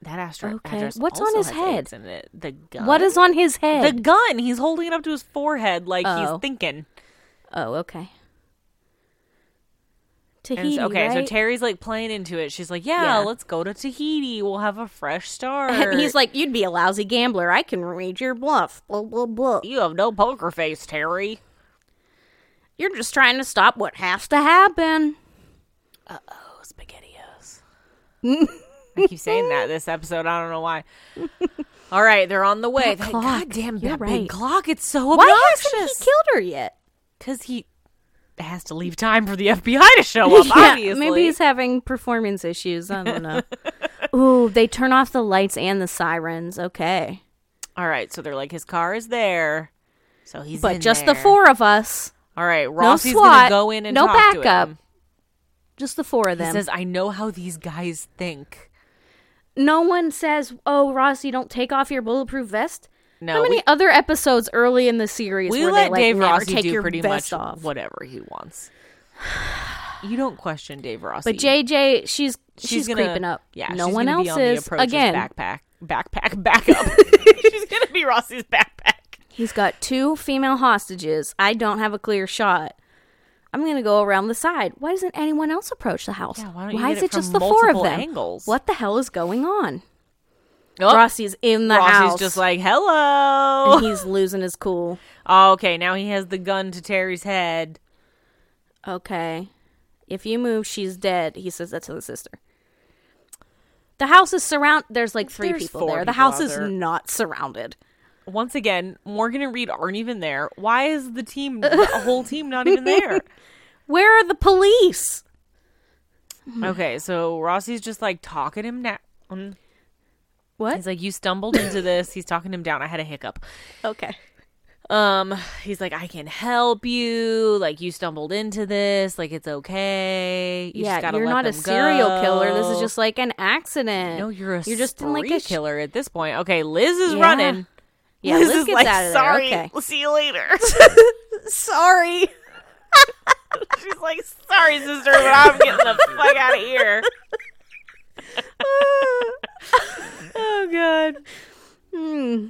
Speaker 1: that astro-
Speaker 2: Okay.
Speaker 1: address
Speaker 2: What's
Speaker 1: also
Speaker 2: on his
Speaker 1: has
Speaker 2: head?
Speaker 1: eggs in it. The gun.
Speaker 2: What is on his
Speaker 1: Oh. the
Speaker 2: head?
Speaker 1: gun? He's holding it up to his forehead like
Speaker 2: Oh.
Speaker 1: he's thinking.
Speaker 2: oh, okay.
Speaker 1: And
Speaker 2: Tahiti,
Speaker 1: so- okay, so
Speaker 2: right?
Speaker 1: Terry's like playing into it. She's like,
Speaker 2: Yeah.
Speaker 1: "Yeah, let's go to Tahiti. We'll have a fresh start."
Speaker 2: and he's like, "You'd be a lousy gambler. I can read your bluff." Blah blah blah.
Speaker 1: "You have no poker face, Terry."
Speaker 2: You're just trying to stop what has to happen.
Speaker 1: Oh, SpaghettiOs. I keep saying that this episode. I don't know why. All right, they're on the way.
Speaker 2: That
Speaker 1: That
Speaker 2: clock.
Speaker 1: goddamn
Speaker 2: You're
Speaker 1: that
Speaker 2: right.
Speaker 1: big clock. It's so
Speaker 2: Why
Speaker 1: obnoxious.
Speaker 2: hasn't he killed her yet?
Speaker 1: Because he has to leave time for the FBI to show up. obviously,
Speaker 2: maybe he's having performance issues. I don't know. Ooh, they turn off the lights and the sirens. Okay,
Speaker 1: All right, so they're like, his car is there. So he's
Speaker 2: but
Speaker 1: in
Speaker 2: just the
Speaker 1: there.
Speaker 2: four of us,
Speaker 1: All right, Rossi's
Speaker 2: SWAT,
Speaker 1: gonna go in and
Speaker 2: no
Speaker 1: talk to
Speaker 2: backup.
Speaker 1: him.
Speaker 2: just the four of
Speaker 1: He
Speaker 2: them.
Speaker 1: says, "I know how these guys think."
Speaker 2: no one says, "Oh, Ross, you don't take off your bulletproof vest."
Speaker 1: No,
Speaker 2: How many
Speaker 1: we-
Speaker 2: other episodes early in the series
Speaker 1: we
Speaker 2: were
Speaker 1: let
Speaker 2: they like
Speaker 1: Dave
Speaker 2: never
Speaker 1: Rossi
Speaker 2: take
Speaker 1: do
Speaker 2: your
Speaker 1: pretty
Speaker 2: vest
Speaker 1: much
Speaker 2: off?
Speaker 1: whatever he wants. You don't question Dave Rossi,
Speaker 2: But JJ, she's she's,
Speaker 1: she's, gonna,
Speaker 2: creeping up.
Speaker 1: Yeah,
Speaker 2: no
Speaker 1: she's
Speaker 2: one
Speaker 1: gonna
Speaker 2: else
Speaker 1: be on the
Speaker 2: is.
Speaker 1: approach's
Speaker 2: Again,
Speaker 1: backpack, backpack, backup. she's gonna be Rossi's backpack.
Speaker 2: he's got two female hostages. I don't have a clear shot. I'm gonna go around the side. Why doesn't anyone else approach the house?
Speaker 1: Yeah, why don't you get
Speaker 2: is
Speaker 1: it
Speaker 2: it just
Speaker 1: from
Speaker 2: the four of
Speaker 1: multiple
Speaker 2: them?
Speaker 1: angles?
Speaker 2: What the hell is going on?
Speaker 1: Oh,
Speaker 2: Rossi's in the
Speaker 1: Rossi's
Speaker 2: house.
Speaker 1: just like, "Hello."
Speaker 2: and he's losing his cool.
Speaker 1: Oh, okay, now he has the gun to Terry's head.
Speaker 2: Okay. If you move, she's dead. He says that to the sister. The house is surround. There's like three
Speaker 1: There's
Speaker 2: people
Speaker 1: four
Speaker 2: there. The
Speaker 1: people out
Speaker 2: house is
Speaker 1: there.
Speaker 2: not surrounded.
Speaker 1: Once again, Morgan and Reed aren't even there. Why is the team, the whole team, not even there?
Speaker 2: Where are the police?
Speaker 1: Okay, so Rossi's just like talking him down. Um,
Speaker 2: What?
Speaker 1: He's like, "You stumbled into this." He's talking him down. I had a hiccup.
Speaker 2: Okay.
Speaker 1: Um, he's like, "I can help you. Like, you stumbled into this. Like, it's okay. You just
Speaker 2: yeah,
Speaker 1: gotta
Speaker 2: you're
Speaker 1: let
Speaker 2: not a
Speaker 1: them
Speaker 2: serial killer. This is
Speaker 1: go."
Speaker 2: just like an accident.
Speaker 1: no. You're a
Speaker 2: you're just in like
Speaker 1: spree
Speaker 2: a sh-
Speaker 1: killer at this point. Okay, Liz is
Speaker 2: Yeah.
Speaker 1: running.
Speaker 2: Yeah,
Speaker 1: Liz,
Speaker 2: Liz
Speaker 1: is
Speaker 2: gets
Speaker 1: like,
Speaker 2: out of there.
Speaker 1: "Sorry,
Speaker 2: Okay.
Speaker 1: we'll see you later."
Speaker 2: Sorry.
Speaker 1: She's like, "Sorry, sister, but I'm getting the fuck out of here." oh god.
Speaker 2: Hmm.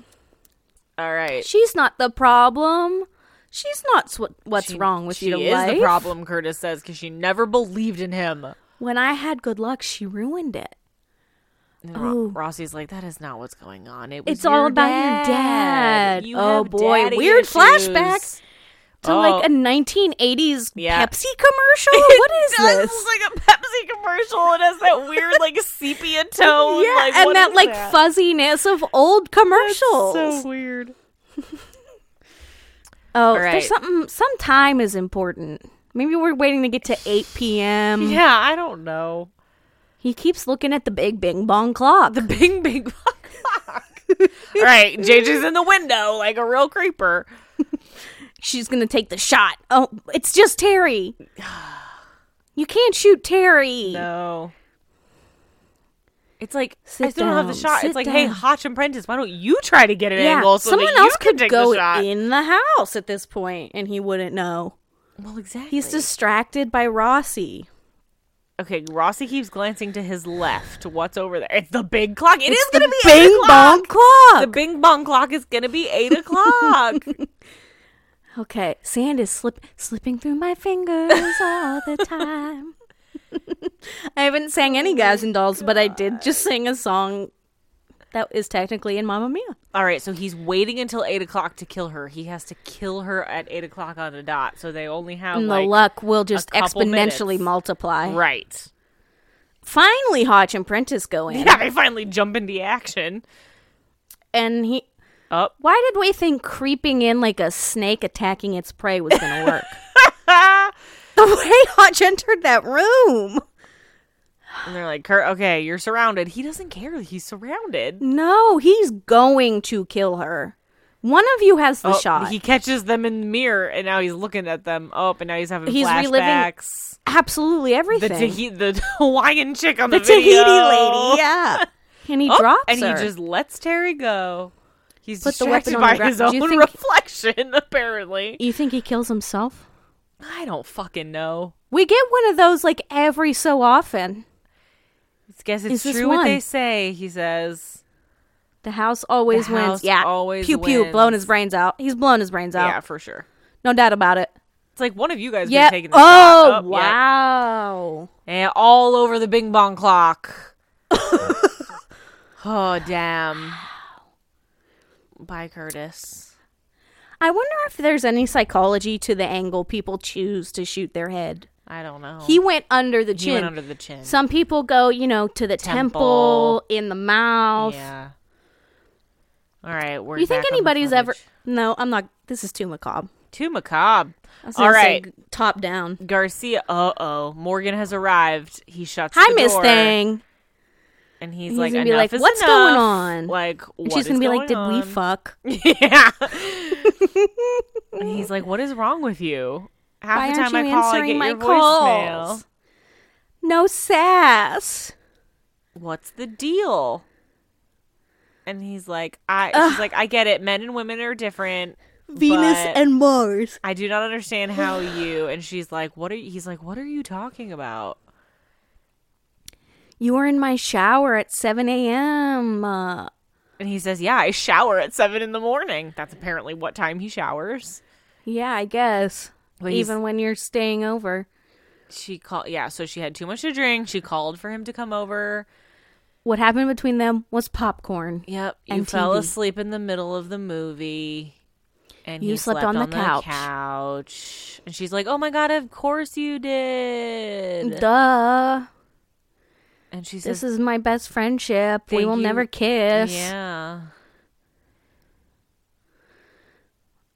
Speaker 1: All right.
Speaker 2: She's not the problem. She's not sw- what's wrong with
Speaker 1: she
Speaker 2: your
Speaker 1: is
Speaker 2: life.
Speaker 1: the problem curtis says because she never believed in him
Speaker 2: When I had good luck, she ruined it.
Speaker 1: And Ro- rossi's like that is not what's going on it was
Speaker 2: Oh. It's all
Speaker 1: your
Speaker 2: about
Speaker 1: dad.
Speaker 2: your dad.
Speaker 1: You
Speaker 2: oh
Speaker 1: have
Speaker 2: boy,
Speaker 1: daddy
Speaker 2: weird
Speaker 1: issues."
Speaker 2: flashbacks to like
Speaker 1: Oh.
Speaker 2: a 1980s
Speaker 1: Yeah.
Speaker 2: Pepsi commercial. What
Speaker 1: It
Speaker 2: is
Speaker 1: does
Speaker 2: this?
Speaker 1: look like a pepsi commercial it has that weird like sepia tone
Speaker 2: yeah,
Speaker 1: like,
Speaker 2: and
Speaker 1: what
Speaker 2: that
Speaker 1: is
Speaker 2: like
Speaker 1: that?
Speaker 2: fuzziness of old commercials.
Speaker 1: so weird
Speaker 2: oh,
Speaker 1: right.
Speaker 2: there's something. Some time is important. Maybe we're waiting to get to 8 p.m.
Speaker 1: yeah i don't know
Speaker 2: He keeps looking at the big bing bong clock.
Speaker 1: the bing bing clock all right jj's in the window like a real creeper
Speaker 2: She's gonna take the shot. Oh, it's just Terry. You can't shoot Terry.
Speaker 1: no it's like
Speaker 2: Sit
Speaker 1: I still don't have the
Speaker 2: down,
Speaker 1: shot.
Speaker 2: sit
Speaker 1: It's like, hey,
Speaker 2: down.
Speaker 1: Hotch and Prentice, why don't you try to get an
Speaker 2: Yeah,
Speaker 1: angle so that
Speaker 2: someone
Speaker 1: you
Speaker 2: else
Speaker 1: can
Speaker 2: could
Speaker 1: take
Speaker 2: go
Speaker 1: the shot?
Speaker 2: in the house at this point, and he wouldn't know.
Speaker 1: Well, exactly.
Speaker 2: He's distracted by Rossi.
Speaker 1: okay. Rossi keeps glancing to his left. What's over there? It's the big clock. It
Speaker 2: It's
Speaker 1: is gonna
Speaker 2: the
Speaker 1: be eight
Speaker 2: bing
Speaker 1: o'clock.
Speaker 2: bong clock.
Speaker 1: The bing bong clock is gonna be eight o'clock.
Speaker 2: okay, sand is slip slipping through my fingers all the time. Oh I haven't sang any guys and dolls, but I did just sing a song that is technically in Mamma Mia.
Speaker 1: All right, so he's waiting until eight o'clock to kill her. He has to kill her at eight o'clock on the dot. So they only have
Speaker 2: And
Speaker 1: like
Speaker 2: the luck will just
Speaker 1: couple
Speaker 2: exponentially
Speaker 1: minutes.
Speaker 2: multiply.
Speaker 1: right.
Speaker 2: Finally, Hodge and Prentice go in,
Speaker 1: Yeah, they finally jump into action.
Speaker 2: and he.
Speaker 1: Up.
Speaker 2: Why did we think creeping in like a snake attacking its prey was going to work? the way Hodge entered that room.
Speaker 1: And they're like, "Cur- okay, you're surrounded. He doesn't care. that He's surrounded.
Speaker 2: No, he's going to kill her. One of you has the
Speaker 1: Oh,
Speaker 2: shot.
Speaker 1: He catches them in the mirror, and now he's looking at them. Oh, and now he's having
Speaker 2: He's reliving
Speaker 1: flashbacks.
Speaker 2: Absolutely everything.
Speaker 1: The Tahiti, the Hawaiian chick on the,
Speaker 2: The Tahiti
Speaker 1: video.
Speaker 2: lady, yeah. And he drops
Speaker 1: and
Speaker 2: her.
Speaker 1: he just lets Terry go. He's
Speaker 2: Put the weapon
Speaker 1: distracted
Speaker 2: on
Speaker 1: by
Speaker 2: the ground.
Speaker 1: his
Speaker 2: Do
Speaker 1: own
Speaker 2: you think-
Speaker 1: reflection, apparently.
Speaker 2: You think he kills himself?
Speaker 1: I don't fucking know.
Speaker 2: We get one of those like every so often.
Speaker 1: I guess
Speaker 2: Is
Speaker 1: it's
Speaker 2: this
Speaker 1: true what they
Speaker 2: one?
Speaker 1: say, he says.
Speaker 2: The house always
Speaker 1: The
Speaker 2: wins.
Speaker 1: house
Speaker 2: yeah,
Speaker 1: always
Speaker 2: pew pew, blown
Speaker 1: wins.
Speaker 2: his brains out. He's blown his brains out.
Speaker 1: Yeah, for sure.
Speaker 2: No doubt about it.
Speaker 1: It's like one of you guys
Speaker 2: Yeah.
Speaker 1: was taking the
Speaker 2: Oh,
Speaker 1: shot. yeah.
Speaker 2: wow.
Speaker 1: And all over the bing bong clock. oh, damn. Bye, Curtis.
Speaker 2: I wonder if there's any psychology to the angle people choose to shoot their head.
Speaker 1: I don't know.
Speaker 2: He went under the
Speaker 1: He
Speaker 2: chin.
Speaker 1: went under the chin.
Speaker 2: Some people go, you know, to the temple,
Speaker 1: Temple.
Speaker 2: in the mouth.
Speaker 1: yeah. All right. We're
Speaker 2: You think
Speaker 1: back on the
Speaker 2: anybody's ever?
Speaker 1: footage.
Speaker 2: No, I'm not. This is too macabre.
Speaker 1: Too macabre.
Speaker 2: I was
Speaker 1: All
Speaker 2: gonna say
Speaker 1: right.
Speaker 2: g- top down.
Speaker 1: Garcia. Uh oh. Morgan has arrived. He shuts
Speaker 2: Hi,
Speaker 1: the
Speaker 2: Miss
Speaker 1: door,
Speaker 2: Thing.
Speaker 1: And he's,
Speaker 2: He's
Speaker 1: like,
Speaker 2: gonna be
Speaker 1: "Enough
Speaker 2: like,
Speaker 1: is
Speaker 2: what's going
Speaker 1: enough."
Speaker 2: on?
Speaker 1: Like,
Speaker 2: And
Speaker 1: what
Speaker 2: she's
Speaker 1: is
Speaker 2: gonna be like, "Did we
Speaker 1: on?"
Speaker 2: fuck?"
Speaker 1: Yeah. and he's like, "What is wrong with you?" Half
Speaker 2: Why
Speaker 1: the
Speaker 2: aren't
Speaker 1: time I
Speaker 2: you
Speaker 1: call, I
Speaker 2: answering
Speaker 1: get
Speaker 2: my
Speaker 1: your
Speaker 2: calls?
Speaker 1: voicemail.
Speaker 2: No sass.
Speaker 1: What's the deal? And he's like, "I." She's like, "I get it. Men and women are different."
Speaker 2: Venus
Speaker 1: but
Speaker 2: and Mars.
Speaker 1: I do not understand how you. And she's like, "What are?" You, he's like, "What are you talking about?"
Speaker 2: You were in my shower at 7 a.m. Uh,
Speaker 1: And he says, "Yeah, I shower at seven in the morning. That's apparently what time he showers."
Speaker 2: yeah, I guess.
Speaker 1: But he's-
Speaker 2: Even when you're staying over.
Speaker 1: She called. Yeah, so she had too much to drink. She called for him to come over.
Speaker 2: What happened between them was popcorn.
Speaker 1: Yep, you
Speaker 2: and
Speaker 1: fell
Speaker 2: TV.
Speaker 1: asleep in the middle of the movie, and
Speaker 2: You
Speaker 1: he
Speaker 2: slept
Speaker 1: slept
Speaker 2: on the couch.
Speaker 1: couch. And she's like, "Oh my god, of course you did."
Speaker 2: Duh.
Speaker 1: And she
Speaker 2: This
Speaker 1: says,
Speaker 2: is my best friendship. we
Speaker 1: Thank
Speaker 2: will
Speaker 1: you.
Speaker 2: never kiss.
Speaker 1: "Yeah."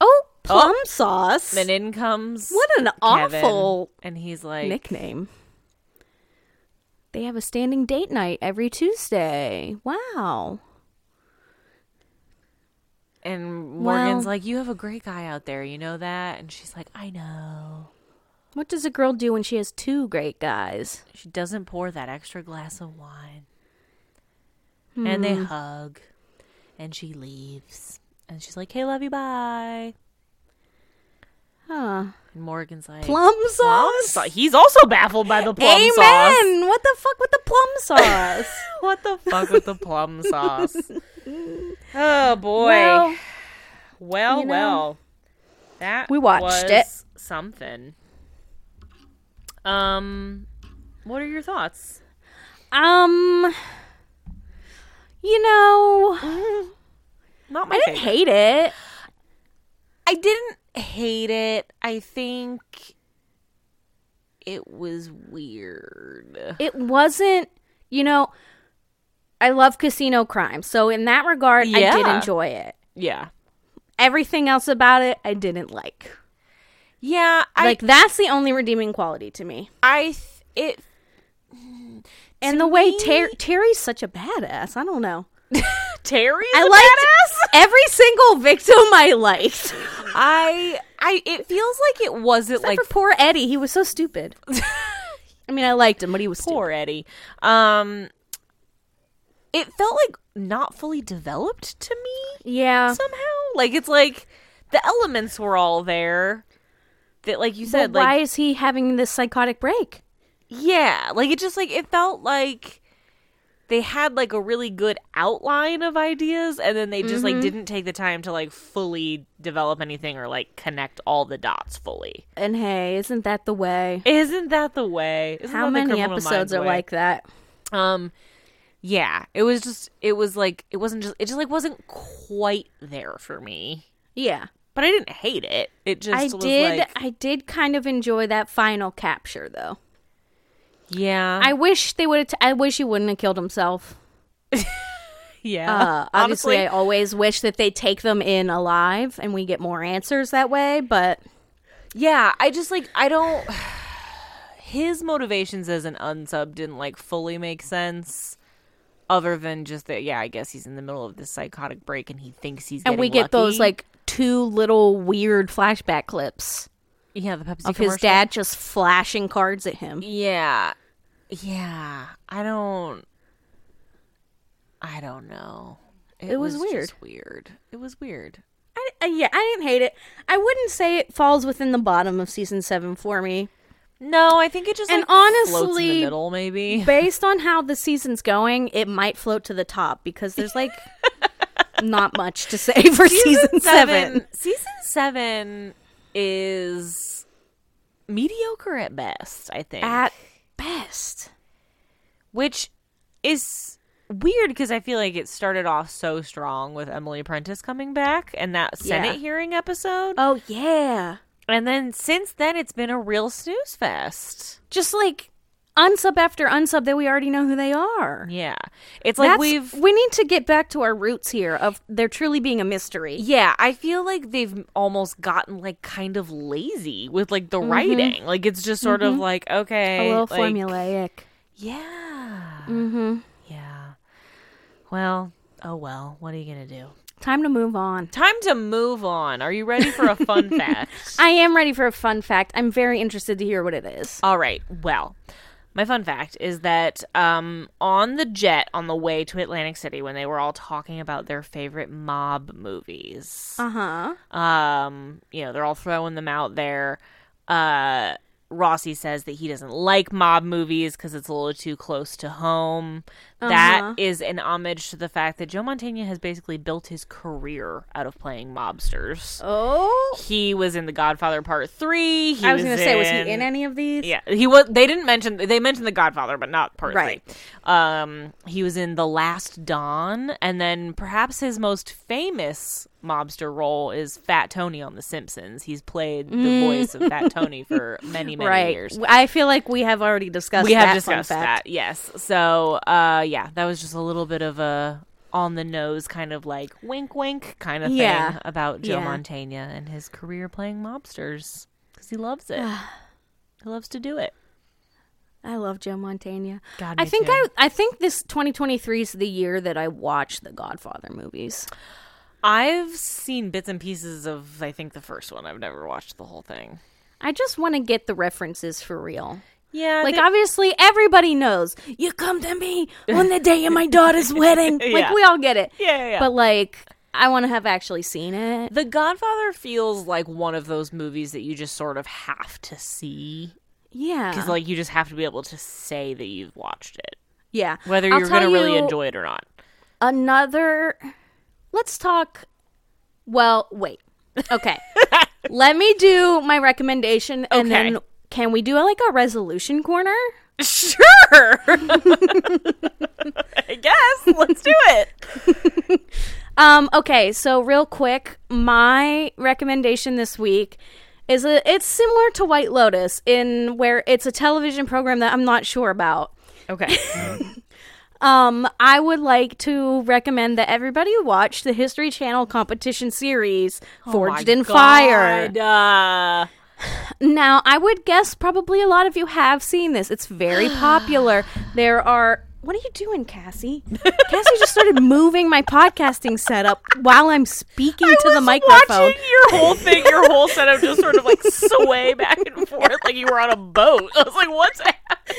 Speaker 2: Oh, plum sauce.
Speaker 1: Then in comes
Speaker 2: What an
Speaker 1: Kevin,
Speaker 2: awful
Speaker 1: and he's like,
Speaker 2: nickname. They have a standing date night every Tuesday. Wow.
Speaker 1: and Morgan's
Speaker 2: Well-
Speaker 1: like, "You have a great guy out there, you know that." And she's like, "I know."
Speaker 2: What does a girl do when she has two great guys?
Speaker 1: She doesn't pour that extra glass of wine. And
Speaker 2: Hmm.
Speaker 1: they hug, and she leaves, and she's like, "Hey, love you, bye."
Speaker 2: Huh.
Speaker 1: And Morgan's like,
Speaker 2: Plum
Speaker 1: plum
Speaker 2: sauce?
Speaker 1: sauce. He's also baffled by the plum
Speaker 2: Amen.
Speaker 1: sauce.
Speaker 2: What the fuck with the plum sauce?
Speaker 1: What the fuck with the plum sauce? Oh boy.
Speaker 2: Well,
Speaker 1: Well, well,
Speaker 2: you know,
Speaker 1: That
Speaker 2: we watched
Speaker 1: was
Speaker 2: it.
Speaker 1: Something. Um, what are your thoughts?
Speaker 2: um, you know,
Speaker 1: Not Mm-hmm. my
Speaker 2: I didn't
Speaker 1: favorite.
Speaker 2: hate it.
Speaker 1: I didn't hate it. I think it was weird.
Speaker 2: It wasn't, you know, I love casino crime. So in that regard, I did
Speaker 1: Yeah.
Speaker 2: enjoy it.
Speaker 1: Yeah.
Speaker 2: Everything else about it, I didn't like.
Speaker 1: Yeah, I
Speaker 2: like that's the only redeeming quality to me.
Speaker 1: I th- it
Speaker 2: And the way Ter- Terry's such a badass. I don't know.
Speaker 1: Terry
Speaker 2: I liked every single victim I liked.
Speaker 1: I I it feels like it wasn't
Speaker 2: Except
Speaker 1: like
Speaker 2: for poor Eddie, he was so stupid. I mean, I liked him, but he was
Speaker 1: poor Eddie. Um it felt like not fully developed to me
Speaker 2: stupid. Yeah,
Speaker 1: somehow. Like it's like the elements were all there. That like you said
Speaker 2: but why
Speaker 1: like
Speaker 2: is he having this psychotic break?
Speaker 1: yeah, like it just like it felt like they had like a really good outline of ideas and then they just
Speaker 2: Mm-hmm.
Speaker 1: like didn't take the time to like fully develop anything or like connect all the dots fully.
Speaker 2: And hey, isn't that the way?
Speaker 1: Isn't that the way? Isn't
Speaker 2: How
Speaker 1: that the
Speaker 2: many
Speaker 1: Criminal
Speaker 2: episodes
Speaker 1: Minds
Speaker 2: are
Speaker 1: way?
Speaker 2: like that?
Speaker 1: Um, yeah, it was just, it was like, it wasn't just, it just like wasn't quite there for me.
Speaker 2: Yeah,
Speaker 1: But I didn't hate it. It just
Speaker 2: I
Speaker 1: was
Speaker 2: did.
Speaker 1: like,
Speaker 2: I did kind of enjoy that final capture, though.
Speaker 1: yeah,
Speaker 2: I wish they would. have. T- I wish he wouldn't have killed himself.
Speaker 1: yeah.
Speaker 2: Uh, obviously,
Speaker 1: Honestly,
Speaker 2: I always wish that they take them in alive and we get more answers that way. But
Speaker 1: yeah. I just like, I don't. His motivations as an unsub didn't like fully make sense, other than just that. Yeah, I guess he's in the middle of this psychotic break and he thinks he's.
Speaker 2: and we
Speaker 1: getting
Speaker 2: get those
Speaker 1: lucky.
Speaker 2: like two little weird flashback clips
Speaker 1: yeah, the Pepsi
Speaker 2: of
Speaker 1: commercial.
Speaker 2: his dad just flashing cards at him.
Speaker 1: Yeah. Yeah. I don't I don't know.
Speaker 2: It was weird.
Speaker 1: just weird. It was weird.
Speaker 2: I, I- uh, yeah, I didn't hate it. I wouldn't say it falls within the bottom of season seven for me.
Speaker 1: No, I think it just
Speaker 2: And
Speaker 1: like, floats in
Speaker 2: honestly-
Speaker 1: the middle maybe.
Speaker 2: Based on how the season's going, it might float to the top because there's like not much to say for season, seven.
Speaker 1: Season seven is mediocre at best. I think
Speaker 2: At best.
Speaker 1: which is weird because I feel like it started off so strong with Emily Prentice coming back and that Senate
Speaker 2: Yeah.
Speaker 1: hearing episode,
Speaker 2: Oh yeah.
Speaker 1: and then since then it's been a real snooze fest.
Speaker 2: Just like unsub after unsub that we already know who they are.
Speaker 1: Yeah, it's
Speaker 2: That's-
Speaker 1: like we've
Speaker 2: we need to get back to our roots here of there truly being a mystery.
Speaker 1: Yeah, I feel like they've almost gotten like kind of lazy with like the writing. Like it's just sort of like okay,
Speaker 2: A little
Speaker 1: like-
Speaker 2: formulaic.
Speaker 1: Yeah. Mm-hmm. Yeah. Well, oh well. What are you gonna do?
Speaker 2: Time to move on.
Speaker 1: Time to move on. Are you ready for a fun fact?
Speaker 2: I am ready for a fun fact. I'm very interested to hear what it is.
Speaker 1: All right. Well, my fun fact is that um, on the jet on the way to Atlantic City, when they were all talking about their favorite mob movies,
Speaker 2: Uh
Speaker 1: Uh-huh.
Speaker 2: huh.
Speaker 1: um you know they're all throwing them out there uh rossi says that he doesn't like mob movies because it's a little too close to home That
Speaker 2: Uh-huh.
Speaker 1: is an homage to the fact that joe montana has basically built his career out of playing mobsters
Speaker 2: Oh,
Speaker 1: he was in the godfather part three he
Speaker 2: I was, gonna say, was he
Speaker 1: in
Speaker 2: in any of these?
Speaker 1: yeah, he was. They didn't mention. They mentioned The Godfather, but not part
Speaker 2: Right.
Speaker 1: three. Um, he was in The Last Dawn, and then perhaps his most famous mobster role is Fat Tony on The Simpsons. He's played the voice of Fat Tony for many, many
Speaker 2: Mm. Right.
Speaker 1: years.
Speaker 2: I feel like we have already discussed.
Speaker 1: We
Speaker 2: that
Speaker 1: have
Speaker 2: fun
Speaker 1: discussed
Speaker 2: fact.
Speaker 1: that. Yes. So, uh, yeah, that was just a little bit of a on the nose kind of like wink, wink kind of
Speaker 2: Yeah.
Speaker 1: thing about Joe
Speaker 2: Yeah.
Speaker 1: Montana and his career playing mobsters because he loves it. he loves to do it.
Speaker 2: I love Joe Montana.
Speaker 1: God,
Speaker 2: I
Speaker 1: me
Speaker 2: think
Speaker 1: too.
Speaker 2: I I think this 2023 is the year that I watch the Godfather movies.
Speaker 1: I've seen bits and pieces of I think the first one. I've never watched the whole thing.
Speaker 2: I just want to get the references for real.
Speaker 1: Yeah,
Speaker 2: Like obviously everybody knows you come to me on the day of my daughter's wedding. Like
Speaker 1: Yeah.
Speaker 2: we all get it.
Speaker 1: Yeah, yeah, yeah.
Speaker 2: But like I want to have actually seen it.
Speaker 1: The Godfather feels like one of those movies that you just sort of have to see
Speaker 2: Yeah.
Speaker 1: because like you just have to be able to say that you've watched it,
Speaker 2: yeah.
Speaker 1: whether
Speaker 2: I'll
Speaker 1: you're
Speaker 2: tell
Speaker 1: going to really
Speaker 2: you
Speaker 1: enjoy it or not.
Speaker 2: another Let's talk Well, wait. Okay. Let me do my recommendation and
Speaker 1: Okay.
Speaker 2: then can we do like a resolution corner?
Speaker 1: Sure, I guess let's do it.
Speaker 2: Um, okay, so real quick, my recommendation this week is a, it's similar to White Lotus in where it's a television program that I'm not sure about.
Speaker 1: Okay,
Speaker 2: Um, I would like to recommend that everybody watch the History Channel competition series Forged in Fire.
Speaker 1: Uh,
Speaker 2: Now, I would guess probably a lot of you have seen this. It's very popular. There are What are you doing, Cassie? Cassie just started moving my podcasting setup while I'm speaking to the
Speaker 1: was
Speaker 2: microphone.
Speaker 1: Watching your whole thing, your whole setup just sort of like sway back and forth like you were on a boat. I was like, what's happening?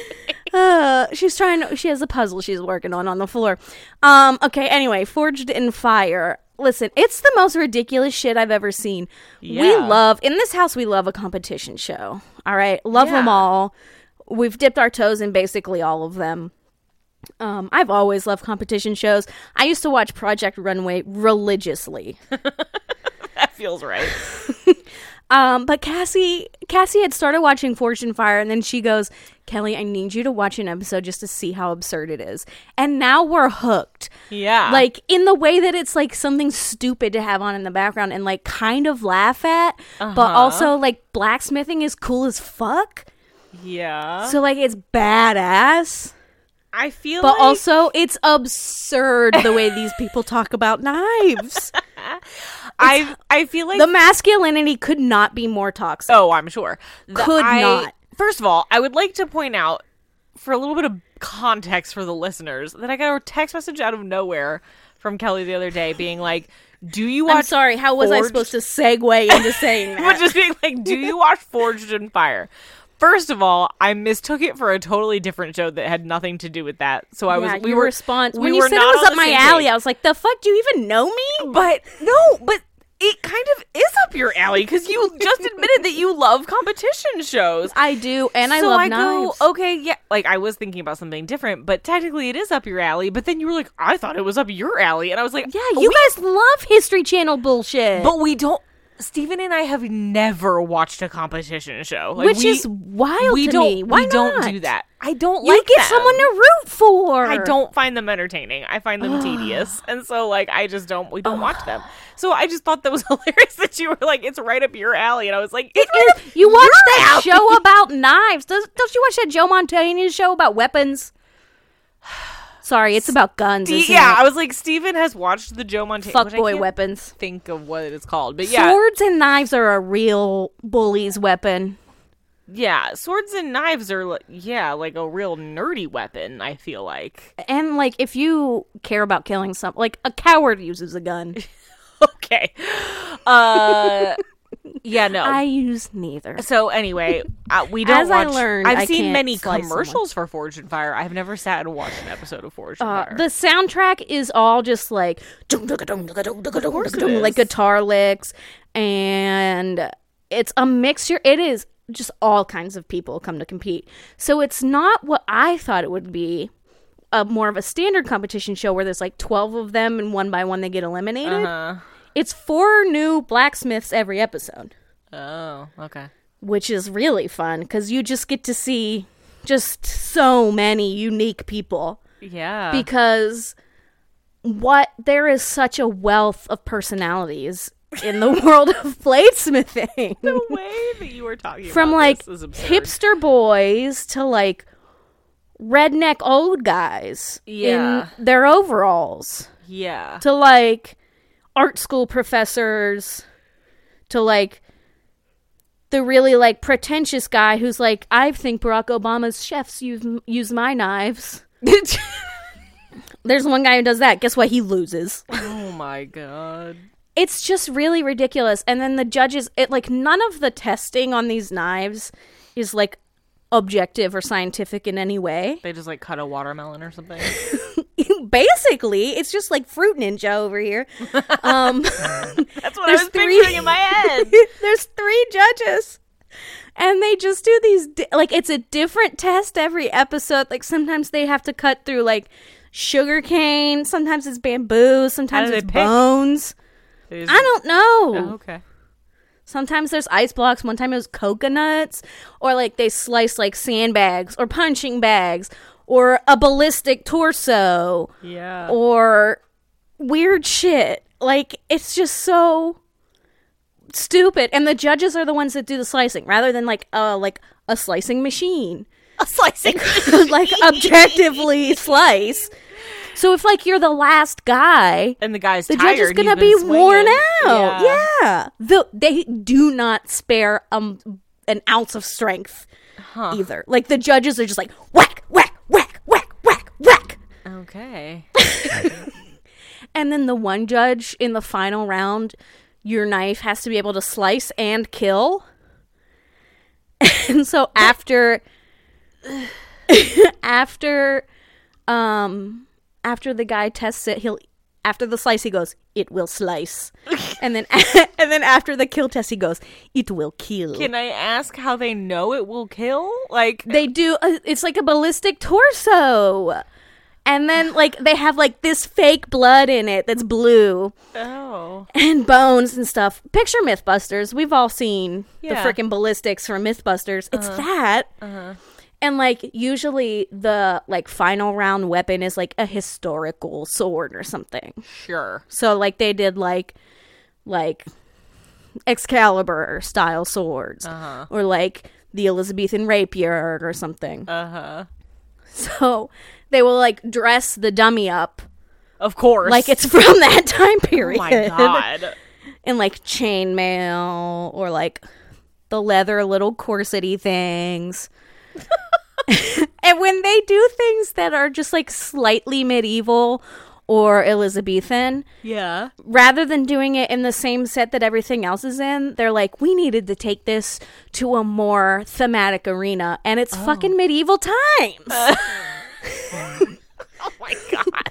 Speaker 2: Uh, she's trying to, she has a puzzle she's working on on the floor. Um, okay, anyway, Forged in Fire. Listen, it's the most ridiculous shit I've ever seen. We
Speaker 1: Yeah.
Speaker 2: love, in this house, we love a competition show. All right, love them
Speaker 1: Yeah.
Speaker 2: all. We've dipped our toes in basically all of them. Um, I've always loved competition shows. I used to watch Project Runway religiously.
Speaker 1: That feels right.
Speaker 2: Um, but Cassie, Cassie had started watching Fortune Fire, and then she goes, "Kelly, I need you to watch an episode just to see how absurd it is." And now we're hooked,
Speaker 1: Yeah.
Speaker 2: like in the way that it's like something stupid to have on in the background and like kind of laugh at,
Speaker 1: Uh-huh.
Speaker 2: but also like blacksmithing is cool as fuck.
Speaker 1: yeah.
Speaker 2: So like it's badass,
Speaker 1: I feel
Speaker 2: but
Speaker 1: Uh-huh. like
Speaker 2: also it's absurd the way these people talk about knives.
Speaker 1: I I feel like
Speaker 2: The masculinity could not be more toxic.
Speaker 1: Oh, I'm sure. The-
Speaker 2: Could
Speaker 1: I-
Speaker 2: not.
Speaker 1: First of all, I would like to point out for a little bit of context for the listeners that I got a text message out of nowhere from Kelly the other day being like, "Do you watch
Speaker 2: I'm sorry. How was I
Speaker 1: Forged?
Speaker 2: supposed to segue into saying that?
Speaker 1: but just being like, do you watch Forged in Fire? First of all, I mistook it for a totally different show that had nothing to do with that. So I
Speaker 2: yeah,
Speaker 1: was we
Speaker 2: your
Speaker 1: were
Speaker 2: response
Speaker 1: we
Speaker 2: when you
Speaker 1: were
Speaker 2: said it
Speaker 1: not
Speaker 2: was
Speaker 1: on
Speaker 2: up
Speaker 1: the
Speaker 2: my
Speaker 1: same
Speaker 2: alley.
Speaker 1: page.
Speaker 2: I was like, "The fuck? Do you even know me?"
Speaker 1: But no, but it kind of is up your alley because you just admitted that you love competition shows.
Speaker 2: I do, and I "Oh,
Speaker 1: so
Speaker 2: love
Speaker 1: I
Speaker 2: knives.
Speaker 1: go, okay, yeah. Like I was thinking about something different, but technically it is up your alley. But then you were like, I thought it was up your alley, and I was like,
Speaker 2: yeah, you
Speaker 1: we-
Speaker 2: guys love History Channel bullshit,
Speaker 1: but we don't. Steven and I have never watched a competition show, Like,
Speaker 2: which
Speaker 1: we-
Speaker 2: is wild
Speaker 1: we
Speaker 2: to
Speaker 1: don't
Speaker 2: me. Why
Speaker 1: we don't do
Speaker 2: not?
Speaker 1: that. I don't
Speaker 2: You
Speaker 1: like
Speaker 2: get
Speaker 1: them.
Speaker 2: someone to root for.
Speaker 1: I don't find them entertaining. I find them tedious, and so like I just don't. We don't watch them. So I just thought that was hilarious that you were like, "It's right up your alley," and I was like, "It's right up
Speaker 2: You
Speaker 1: your
Speaker 2: watch that
Speaker 1: alley."
Speaker 2: show about knives. Does, don't you watch that Joe Montana show about weapons? Sorry, it's about guns.
Speaker 1: D-
Speaker 2: Isn't
Speaker 1: yeah,
Speaker 2: it?
Speaker 1: I was like, Steven has watched the Joe Montana which I
Speaker 2: fuckboy
Speaker 1: can't
Speaker 2: weapons.
Speaker 1: Think of what it is called, but yeah,
Speaker 2: Swords and knives are a real bully's weapon.
Speaker 1: yeah, swords and knives are like, yeah, like a real nerdy weapon. I feel like
Speaker 2: And like, if you care about killing some, like a coward uses a gun.
Speaker 1: okay, uh, yeah, no,
Speaker 2: I use neither.
Speaker 1: So anyway, uh, we don't.
Speaker 2: As I
Speaker 1: watch-
Speaker 2: learned,
Speaker 1: I've
Speaker 2: I
Speaker 1: seen
Speaker 2: can't
Speaker 1: many
Speaker 2: slice someone.
Speaker 1: commercials for Forge and Fire. I've never sat and watched an episode of Forge and
Speaker 2: Uh,
Speaker 1: Fire.
Speaker 2: the soundtrack is all just like dung, dung, dung, dung, dung, dung, dung, dung, like guitar licks, and it's a mixture. It is just all kinds of people come to compete. So it's not what I thought it would be. A more of a standard competition show where there's like twelve of them and one by one they get eliminated.
Speaker 1: Uh-huh.
Speaker 2: It's four new blacksmiths every episode,
Speaker 1: oh, okay.
Speaker 2: which is really fun because you just get to see just so many unique people
Speaker 1: Yeah.
Speaker 2: because what there is such a wealth of personalities in the world of bladesmithing
Speaker 1: the way that you were talking
Speaker 2: from
Speaker 1: about
Speaker 2: like
Speaker 1: this is absurd.
Speaker 2: hipster boys to like redneck old guys
Speaker 1: Yeah.
Speaker 2: in their overalls
Speaker 1: Yeah.
Speaker 2: to like art school professors to like the really like pretentious guy who's like I think Barack Obama's chefs use use my knives there's one guy who does that. Guess what? He loses.
Speaker 1: oh my god.
Speaker 2: It's just really ridiculous. And then the judges, it like none of the testing on these knives is like objective or scientific in any way.
Speaker 1: They just like cut a watermelon or something.
Speaker 2: Basically, it's just like fruit ninja over here. Um
Speaker 1: That's what
Speaker 2: There's
Speaker 1: I was
Speaker 2: three-
Speaker 1: picturing in my head.
Speaker 2: there's three judges and they just do these di- like it's a different test every episode like sometimes they have to cut through like sugar cane sometimes it's bamboo sometimes
Speaker 1: do they
Speaker 2: it's
Speaker 1: pick? Oh,
Speaker 2: bones
Speaker 1: They just-
Speaker 2: i don't know
Speaker 1: Okay.
Speaker 2: sometimes there's ice blocks one time it was coconuts or like they slice like sandbags or punching bags or a ballistic torso
Speaker 1: Yeah.
Speaker 2: or weird shit. Like it's just so stupid. And the judges are the ones that do the slicing rather than like uh like a slicing machine.
Speaker 1: A slicing.
Speaker 2: like objectively slice. So if like you're the last guy,
Speaker 1: and the guy's
Speaker 2: the
Speaker 1: tired.
Speaker 2: judge is
Speaker 1: he's
Speaker 2: gonna
Speaker 1: been
Speaker 2: be
Speaker 1: swinging.
Speaker 2: worn out.
Speaker 1: Yeah.
Speaker 2: Yeah. The, they do not spare um an ounce of strength either. Like the judges are just like whack, whack, whack, whack, whack, whack.
Speaker 1: Okay.
Speaker 2: And then the one judge in the final round, your knife has to be able to slice and kill. And so after after um after the guy tests it, he'll after the slice he goes, it will slice. and then and then after the kill test he goes, it will kill.
Speaker 1: Can I ask how they know it will kill? Like
Speaker 2: they do a, it's like a ballistic torso. And then like they have like this fake blood in it that's blue.
Speaker 1: oh.
Speaker 2: and bones and stuff. Picture Mythbusters. We've all seen
Speaker 1: Yeah. Uh-huh.
Speaker 2: the freaking ballistics from Mythbusters. It's that. And like usually the like final round weapon is like a historical sword or something.
Speaker 1: Sure.
Speaker 2: So like they did like like Excalibur style swords
Speaker 1: Uh. Uh-huh.
Speaker 2: or like the Elizabethan rapier or something.
Speaker 1: Uh-huh.
Speaker 2: So they will like dress the dummy up
Speaker 1: Of course.
Speaker 2: like it's from that time period.
Speaker 1: Oh my god.
Speaker 2: in like chainmail or like the leather little corsety things. and when they do things that are just like slightly medieval or Elizabethan.
Speaker 1: Yeah.
Speaker 2: Rather than doing it in the same set that everything else is in, they're like, we needed to take this to a more thematic arena, and it's fucking medieval times.
Speaker 1: Oh my god.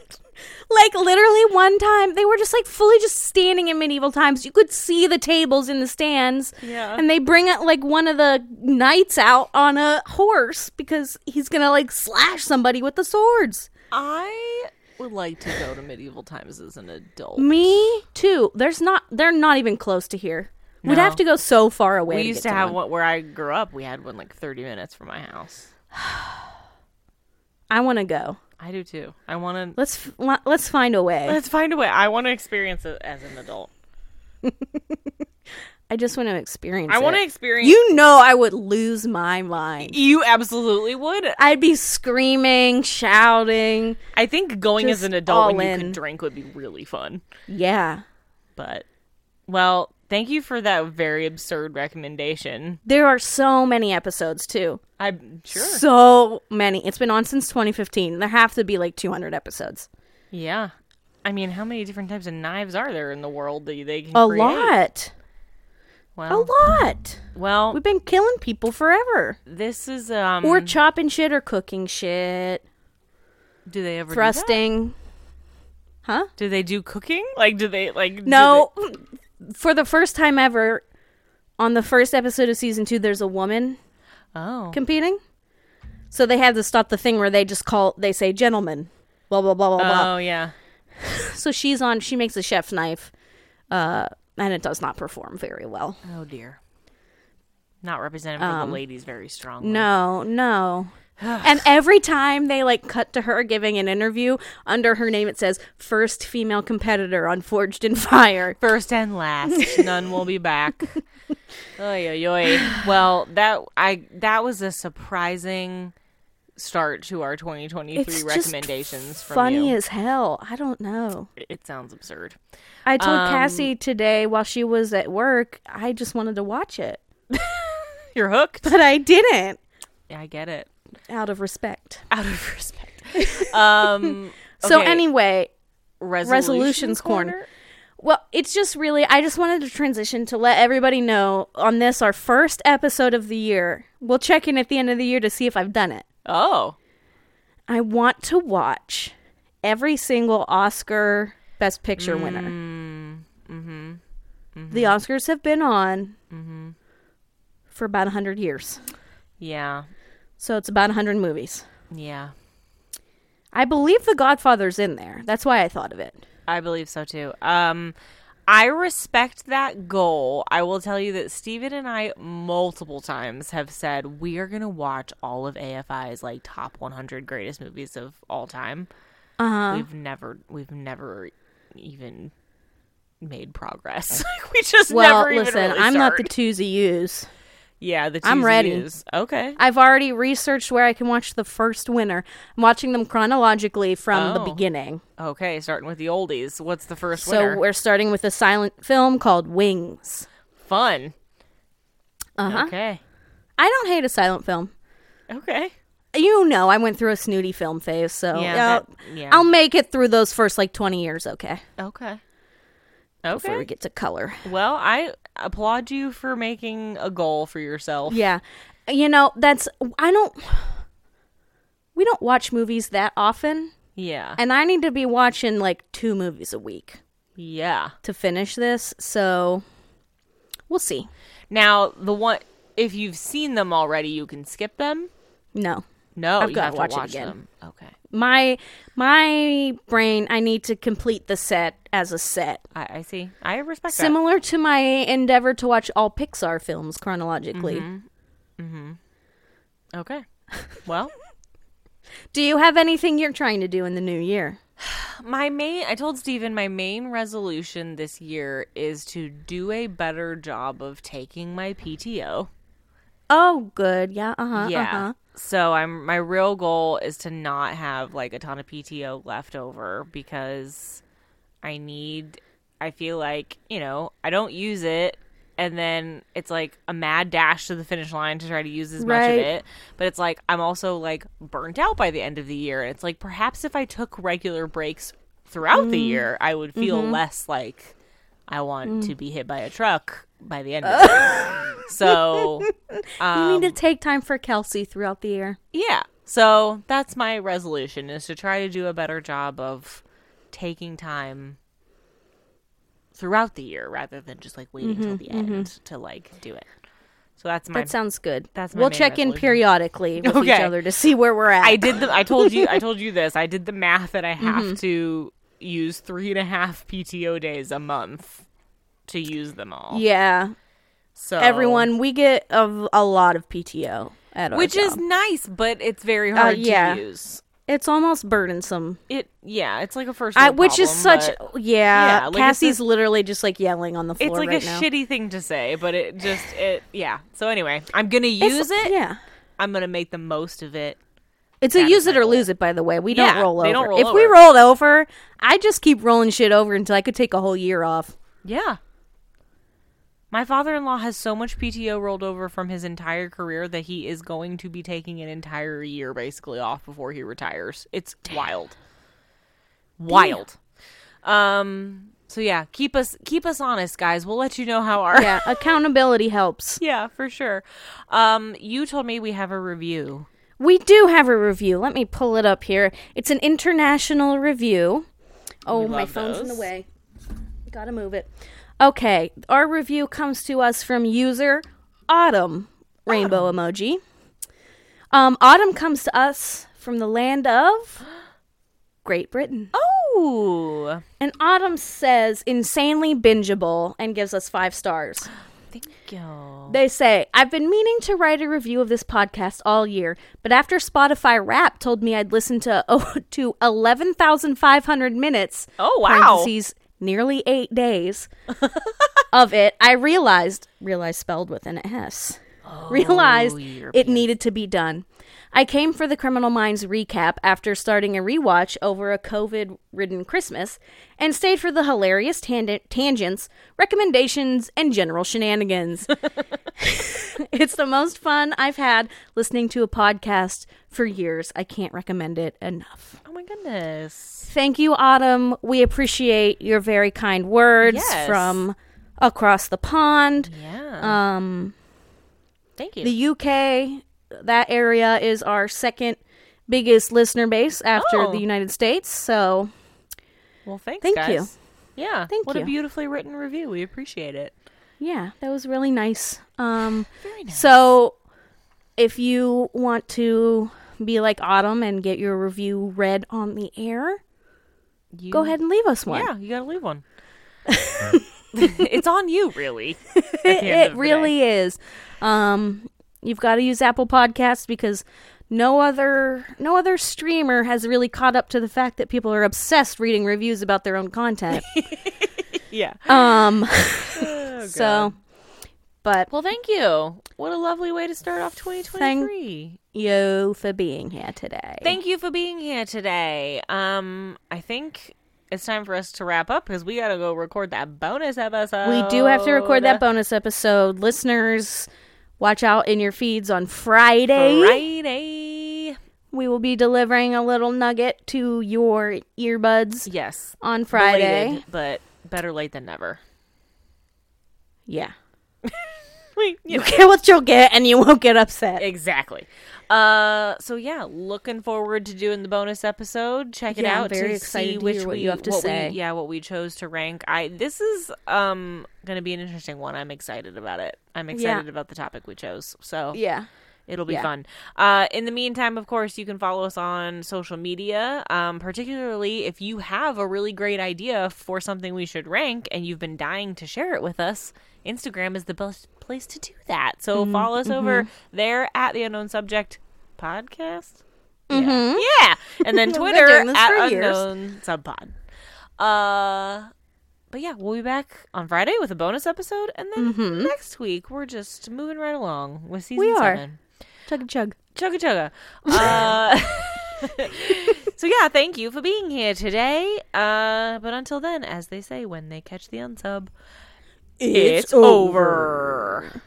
Speaker 2: Like literally one time they were just like fully just standing in medieval times. You could see the tables in the stands.
Speaker 1: Yeah.
Speaker 2: And they bring out like one of the knights out on a horse because he's gonna like slash somebody with the swords.
Speaker 1: I would like to go to medieval times as an adult.
Speaker 2: Me too. There's not they're not even close to here. We'd
Speaker 1: No.
Speaker 2: have to go so far away.
Speaker 1: We
Speaker 2: to
Speaker 1: used
Speaker 2: get
Speaker 1: to have
Speaker 2: one.
Speaker 1: one where I grew up. We had one like 30 minutes from my house.
Speaker 2: I wanna go.
Speaker 1: I do too. I want to.
Speaker 2: Let's f- let's find a way.
Speaker 1: Let's find a way. I want to experience it as an adult.
Speaker 2: I just wanna experience
Speaker 1: I want to
Speaker 2: it.
Speaker 1: experience.
Speaker 2: You know I would lose my mind.
Speaker 1: you absolutely would.
Speaker 2: I'd be screaming, shouting.
Speaker 1: I think going as
Speaker 2: Just
Speaker 1: an adult
Speaker 2: all
Speaker 1: when you
Speaker 2: in.
Speaker 1: could drink would be really fun.
Speaker 2: Yeah.
Speaker 1: But well, thank you for that very absurd recommendation.
Speaker 2: There are so many episodes too.
Speaker 1: I'm sure.
Speaker 2: So many. It's been on since 2015. There have to be like 200 episodes.
Speaker 1: Yeah. I mean, how many different types of knives are there in the world that they can
Speaker 2: A
Speaker 1: create? Oh.
Speaker 2: lot. A
Speaker 1: Well,
Speaker 2: lot.
Speaker 1: well,
Speaker 2: We've been killing people forever.
Speaker 1: this is um.
Speaker 2: Or chopping shit or cooking shit,
Speaker 1: do they ever do that?
Speaker 2: thrusting. Huh?
Speaker 1: Do they do cooking? Like, do they like? do
Speaker 2: No. For the first time ever on the first episode of season 2 there's a woman
Speaker 1: they- oh,
Speaker 2: competing. So they had to stop the thing where they just call they say gentlemen. Blah blah blah blah blah.
Speaker 1: oh yeah. Oh.
Speaker 2: So she's on. She makes a chef's knife, uh, and it does not perform very well.
Speaker 1: Oh dear. Not represented for the ladies very strongly.
Speaker 2: Um, No, no. and every time they like cut to her giving an interview under her name, it says first female competitor on Forged in Fire.
Speaker 1: First and last, none will be back. oy, oy, oy. Well, that I that was a surprising start to our 2023
Speaker 2: It's just
Speaker 1: recommendations from
Speaker 2: funny
Speaker 1: you.
Speaker 2: as hell. I don't know.
Speaker 1: it sounds absurd.
Speaker 2: I told
Speaker 1: Um,
Speaker 2: Cassie today while she was at work, I just wanted to watch it,
Speaker 1: You're hooked.
Speaker 2: but I didn't
Speaker 1: Yeah, I get it.
Speaker 2: out of respect.
Speaker 1: Out of respect. Um.
Speaker 2: So
Speaker 1: okay,
Speaker 2: anyway,
Speaker 1: resolutions,
Speaker 2: resolutions corner. Well, it's just really, I just wanted to transition to let everybody know on this, our first episode of the year. We'll check in at the end of the year to see if I've done it.
Speaker 1: Oh,
Speaker 2: I want to watch every single Oscar Best Picture winner.
Speaker 1: Mm, mm-hmm,
Speaker 2: The Oscars have been on for about 100 years.
Speaker 1: yeah,
Speaker 2: So it's about 100 movies.
Speaker 1: yeah.
Speaker 2: I believe The Godfather's in there. That's why I thought of it.
Speaker 1: I believe so too. Um, I respect that goal. I will tell you that Steven and I multiple times have said we are going to watch all of AFI's like top 100 greatest movies of all time.
Speaker 2: Uh-huh.
Speaker 1: We've never, we've never even made progress. Like, we just
Speaker 2: Well,
Speaker 1: never even
Speaker 2: listen,
Speaker 1: really
Speaker 2: I'm not the
Speaker 1: started.
Speaker 2: twos yous.
Speaker 1: yeah, the
Speaker 2: I'm
Speaker 1: twos
Speaker 2: ready.
Speaker 1: yous. Okay,
Speaker 2: I've already researched where I can watch the first winner. I'm watching them chronologically from the
Speaker 1: Oh.
Speaker 2: beginning.
Speaker 1: okay. Starting with the oldies. What's the first
Speaker 2: So
Speaker 1: winner?
Speaker 2: we're starting with a silent film called Wings.
Speaker 1: Fun.
Speaker 2: Uh-huh.
Speaker 1: Okay.
Speaker 2: I don't hate a silent film.
Speaker 1: Okay.
Speaker 2: You know, I went through a snooty film phase, so
Speaker 1: Yeah,
Speaker 2: yeah,
Speaker 1: that- yeah.
Speaker 2: I'll make it through those first like 20 years, okay?
Speaker 1: Okay.
Speaker 2: Before
Speaker 1: Okay.
Speaker 2: we get to color.
Speaker 1: Well, I applaud you for making a goal for yourself.
Speaker 2: Yeah. You know, that's I don't we don't watch movies that often,
Speaker 1: Yeah.
Speaker 2: and I need to be watching like two movies a week
Speaker 1: Yeah.
Speaker 2: to finish this, so we'll see.
Speaker 1: Now, the one if you've seen them already, you can skip them.
Speaker 2: No.
Speaker 1: No,
Speaker 2: I've
Speaker 1: you
Speaker 2: gotta
Speaker 1: have to
Speaker 2: watch
Speaker 1: watch,
Speaker 2: it again.
Speaker 1: them. Okay.
Speaker 2: my my brain i need to complete the set as a set
Speaker 1: I, I see. I respect that.
Speaker 2: similar to my endeavor to watch all pixar films chronologically
Speaker 1: Mm-hmm. Okay. Well,
Speaker 2: do you have anything you're trying to do in the new year
Speaker 1: my main I told Steven my main resolution this year is to do a better job of taking my PTO.
Speaker 2: oh good yeah uh-huh
Speaker 1: yeah.
Speaker 2: uh-huh
Speaker 1: So I'm my real goal is to not have like a ton of PTO left over because I need I feel like, you know, I don't use it and then it's like a mad dash to the finish line to try to use as much
Speaker 2: Right.
Speaker 1: of it. But it's like I'm also like burnt out by the end of the year. And it's like perhaps if I took regular breaks throughout
Speaker 2: Mm-hmm.
Speaker 1: the year, I would feel less like I want
Speaker 2: Mm.
Speaker 1: to be hit by a truck by the end of it. So, um,
Speaker 2: you need to take time for Kelsey throughout the year.
Speaker 1: yeah. So that's my resolution is to try to do a better job of taking time throughout the year rather than just like waiting till the end to like do it. So that's my
Speaker 2: That sounds good.
Speaker 1: that's my
Speaker 2: we'll
Speaker 1: main
Speaker 2: check in
Speaker 1: resolution.
Speaker 2: periodically with each
Speaker 1: Okay.
Speaker 2: other to see where we're at.
Speaker 1: I did the I told you I told you this. I did the math and I have to use three and a half PTO days a month to use them all.
Speaker 2: yeah,
Speaker 1: So
Speaker 2: everyone, we get a, a lot of PTO at our
Speaker 1: which is
Speaker 2: job.
Speaker 1: nice, but it's very hard
Speaker 2: yeah.
Speaker 1: to use.
Speaker 2: it's almost burdensome.
Speaker 1: Uh, It yeah, it's like a first
Speaker 2: I,
Speaker 1: world
Speaker 2: which is
Speaker 1: problem,
Speaker 2: such uh,
Speaker 1: but
Speaker 2: yeah.
Speaker 1: yeah, like, it's
Speaker 2: Cassie's
Speaker 1: just-
Speaker 2: literally just like yelling on the floor
Speaker 1: it's like
Speaker 2: right
Speaker 1: a
Speaker 2: now.
Speaker 1: shitty thing to say, but it just it yeah. So anyway, I'm gonna
Speaker 2: It's-
Speaker 1: use it.
Speaker 2: Yeah,
Speaker 1: I'm gonna make the most of it.
Speaker 2: it's a
Speaker 1: That
Speaker 2: use
Speaker 1: is
Speaker 2: it
Speaker 1: my
Speaker 2: or
Speaker 1: goal.
Speaker 2: lose it. By the way, we don't
Speaker 1: Yeah,
Speaker 2: roll over.
Speaker 1: they don't roll
Speaker 2: if we
Speaker 1: over.
Speaker 2: rolled over, I just keep rolling shit over until I could take a whole year off.
Speaker 1: Yeah. My father in law has so much PTO rolled over from his entire career that he is going to be taking an entire year basically off before he retires. It's wild. Wild. Um so yeah, keep us keep us honest, guys. We'll let you know how our
Speaker 2: Yeah, accountability helps.
Speaker 1: Yeah, for sure. Um you told me we have a review.
Speaker 2: We do have a review. Let me pull it up here. It's an international review. Oh, my
Speaker 1: love
Speaker 2: phone's in the
Speaker 1: those.
Speaker 2: way. Gotta move it. Okay, our review comes to us from user Autumn Rainbow Emoji. Um, Autumn comes to us from the land of Great Britain.
Speaker 1: Oh.
Speaker 2: And Autumn says, insanely bingeable, and gives us five stars.
Speaker 1: Thank you.
Speaker 2: They say, I've been meaning to write a review of this podcast all year, but after Spotify Rap told me I'd listened to oh, to 11,500 minutes,
Speaker 1: Oh wow.
Speaker 2: parentheses, nearly eight days of it, I realized, realized spelled with an S, realized it
Speaker 1: European.
Speaker 2: needed to be done. I came for the Criminal Minds recap after starting a rewatch over a COVID ridden Christmas and stayed for the hilarious tan- tangents, recommendations, and general shenanigans. It's the most fun I've had listening to a podcast for years. I can't recommend it enough.
Speaker 1: Oh my goodness.
Speaker 2: Thank you, Autumn. We appreciate your very kind words
Speaker 1: Yes.
Speaker 2: from across the pond.
Speaker 1: Yeah.
Speaker 2: Um,
Speaker 1: Thank you.
Speaker 2: the UK, that area is our second biggest listener base after
Speaker 1: Oh.
Speaker 2: the United States. So,
Speaker 1: Well, thanks.
Speaker 2: Thank
Speaker 1: guys.
Speaker 2: you.
Speaker 1: Yeah.
Speaker 2: Thank
Speaker 1: what
Speaker 2: you.
Speaker 1: a beautifully written review. We appreciate it.
Speaker 2: yeah, that was really nice. Um,
Speaker 1: Very nice.
Speaker 2: So, if you want to be like Autumn and get your review read on the air,
Speaker 1: You,
Speaker 2: go ahead and leave us one.
Speaker 1: Yeah, you gotta leave one. it's on you, really. at the
Speaker 2: it,
Speaker 1: end of
Speaker 2: it
Speaker 1: the
Speaker 2: really
Speaker 1: day.
Speaker 2: is. Um, you've got to use Apple Podcasts because no other no other streamer has really caught up to the fact that people are obsessed reading reviews about their own content.
Speaker 1: Yeah.
Speaker 2: um,
Speaker 1: Oh, God.
Speaker 2: so, but
Speaker 1: Well, thank you. What a lovely way to start off 2023.
Speaker 2: you for being here today.
Speaker 1: Thank you for being here today. Um, I think it's time for us to wrap up because we gotta go record that bonus episode.
Speaker 2: We do have to record that bonus episode. Listeners, watch out in your feeds on Friday.
Speaker 1: Friday.
Speaker 2: We will be delivering a little nugget to your earbuds
Speaker 1: Yes.
Speaker 2: on Friday.
Speaker 1: Belated, but better late than never.
Speaker 2: Yeah.
Speaker 1: Wait, you
Speaker 2: You get what you'll get and you won't get upset.
Speaker 1: Exactly. Uh, so yeah, looking forward to doing the bonus episode. Check it
Speaker 2: Yeah, I'm
Speaker 1: out.
Speaker 2: very
Speaker 1: to
Speaker 2: excited
Speaker 1: see
Speaker 2: to
Speaker 1: which
Speaker 2: hear what
Speaker 1: we-
Speaker 2: you have to
Speaker 1: what we-
Speaker 2: say.
Speaker 1: yeah, what we chose to rank. I this is um gonna be an interesting one. I'm excited about it. I'm excited about the topic we chose. So
Speaker 2: Yeah.
Speaker 1: It'll be
Speaker 2: Yeah.
Speaker 1: fun. Uh, in the meantime, of course, you can follow us on social media, um, particularly if you have a really great idea for something we should rank and you've been dying to share it with us. Instagram is the best place to do that. So
Speaker 2: Mm-hmm,
Speaker 1: follow us over there at the Unknown Subject Podcast. Yeah. yeah. And then
Speaker 2: We've Mm-hmm. been
Speaker 1: Twitter
Speaker 2: doing this for
Speaker 1: at
Speaker 2: years.
Speaker 1: Unknown Subpod. Uh, but yeah, we'll be back on Friday with a bonus episode. And then
Speaker 2: Hmm.
Speaker 1: next week, we're just moving right along with season
Speaker 2: Mm-hmm. We are.
Speaker 1: seven
Speaker 2: Chug a chug.
Speaker 1: chugga chugga. Uh, so yeah, thank you for being here today. Uh, but until then, as they say, when they catch the unsub, it's, over.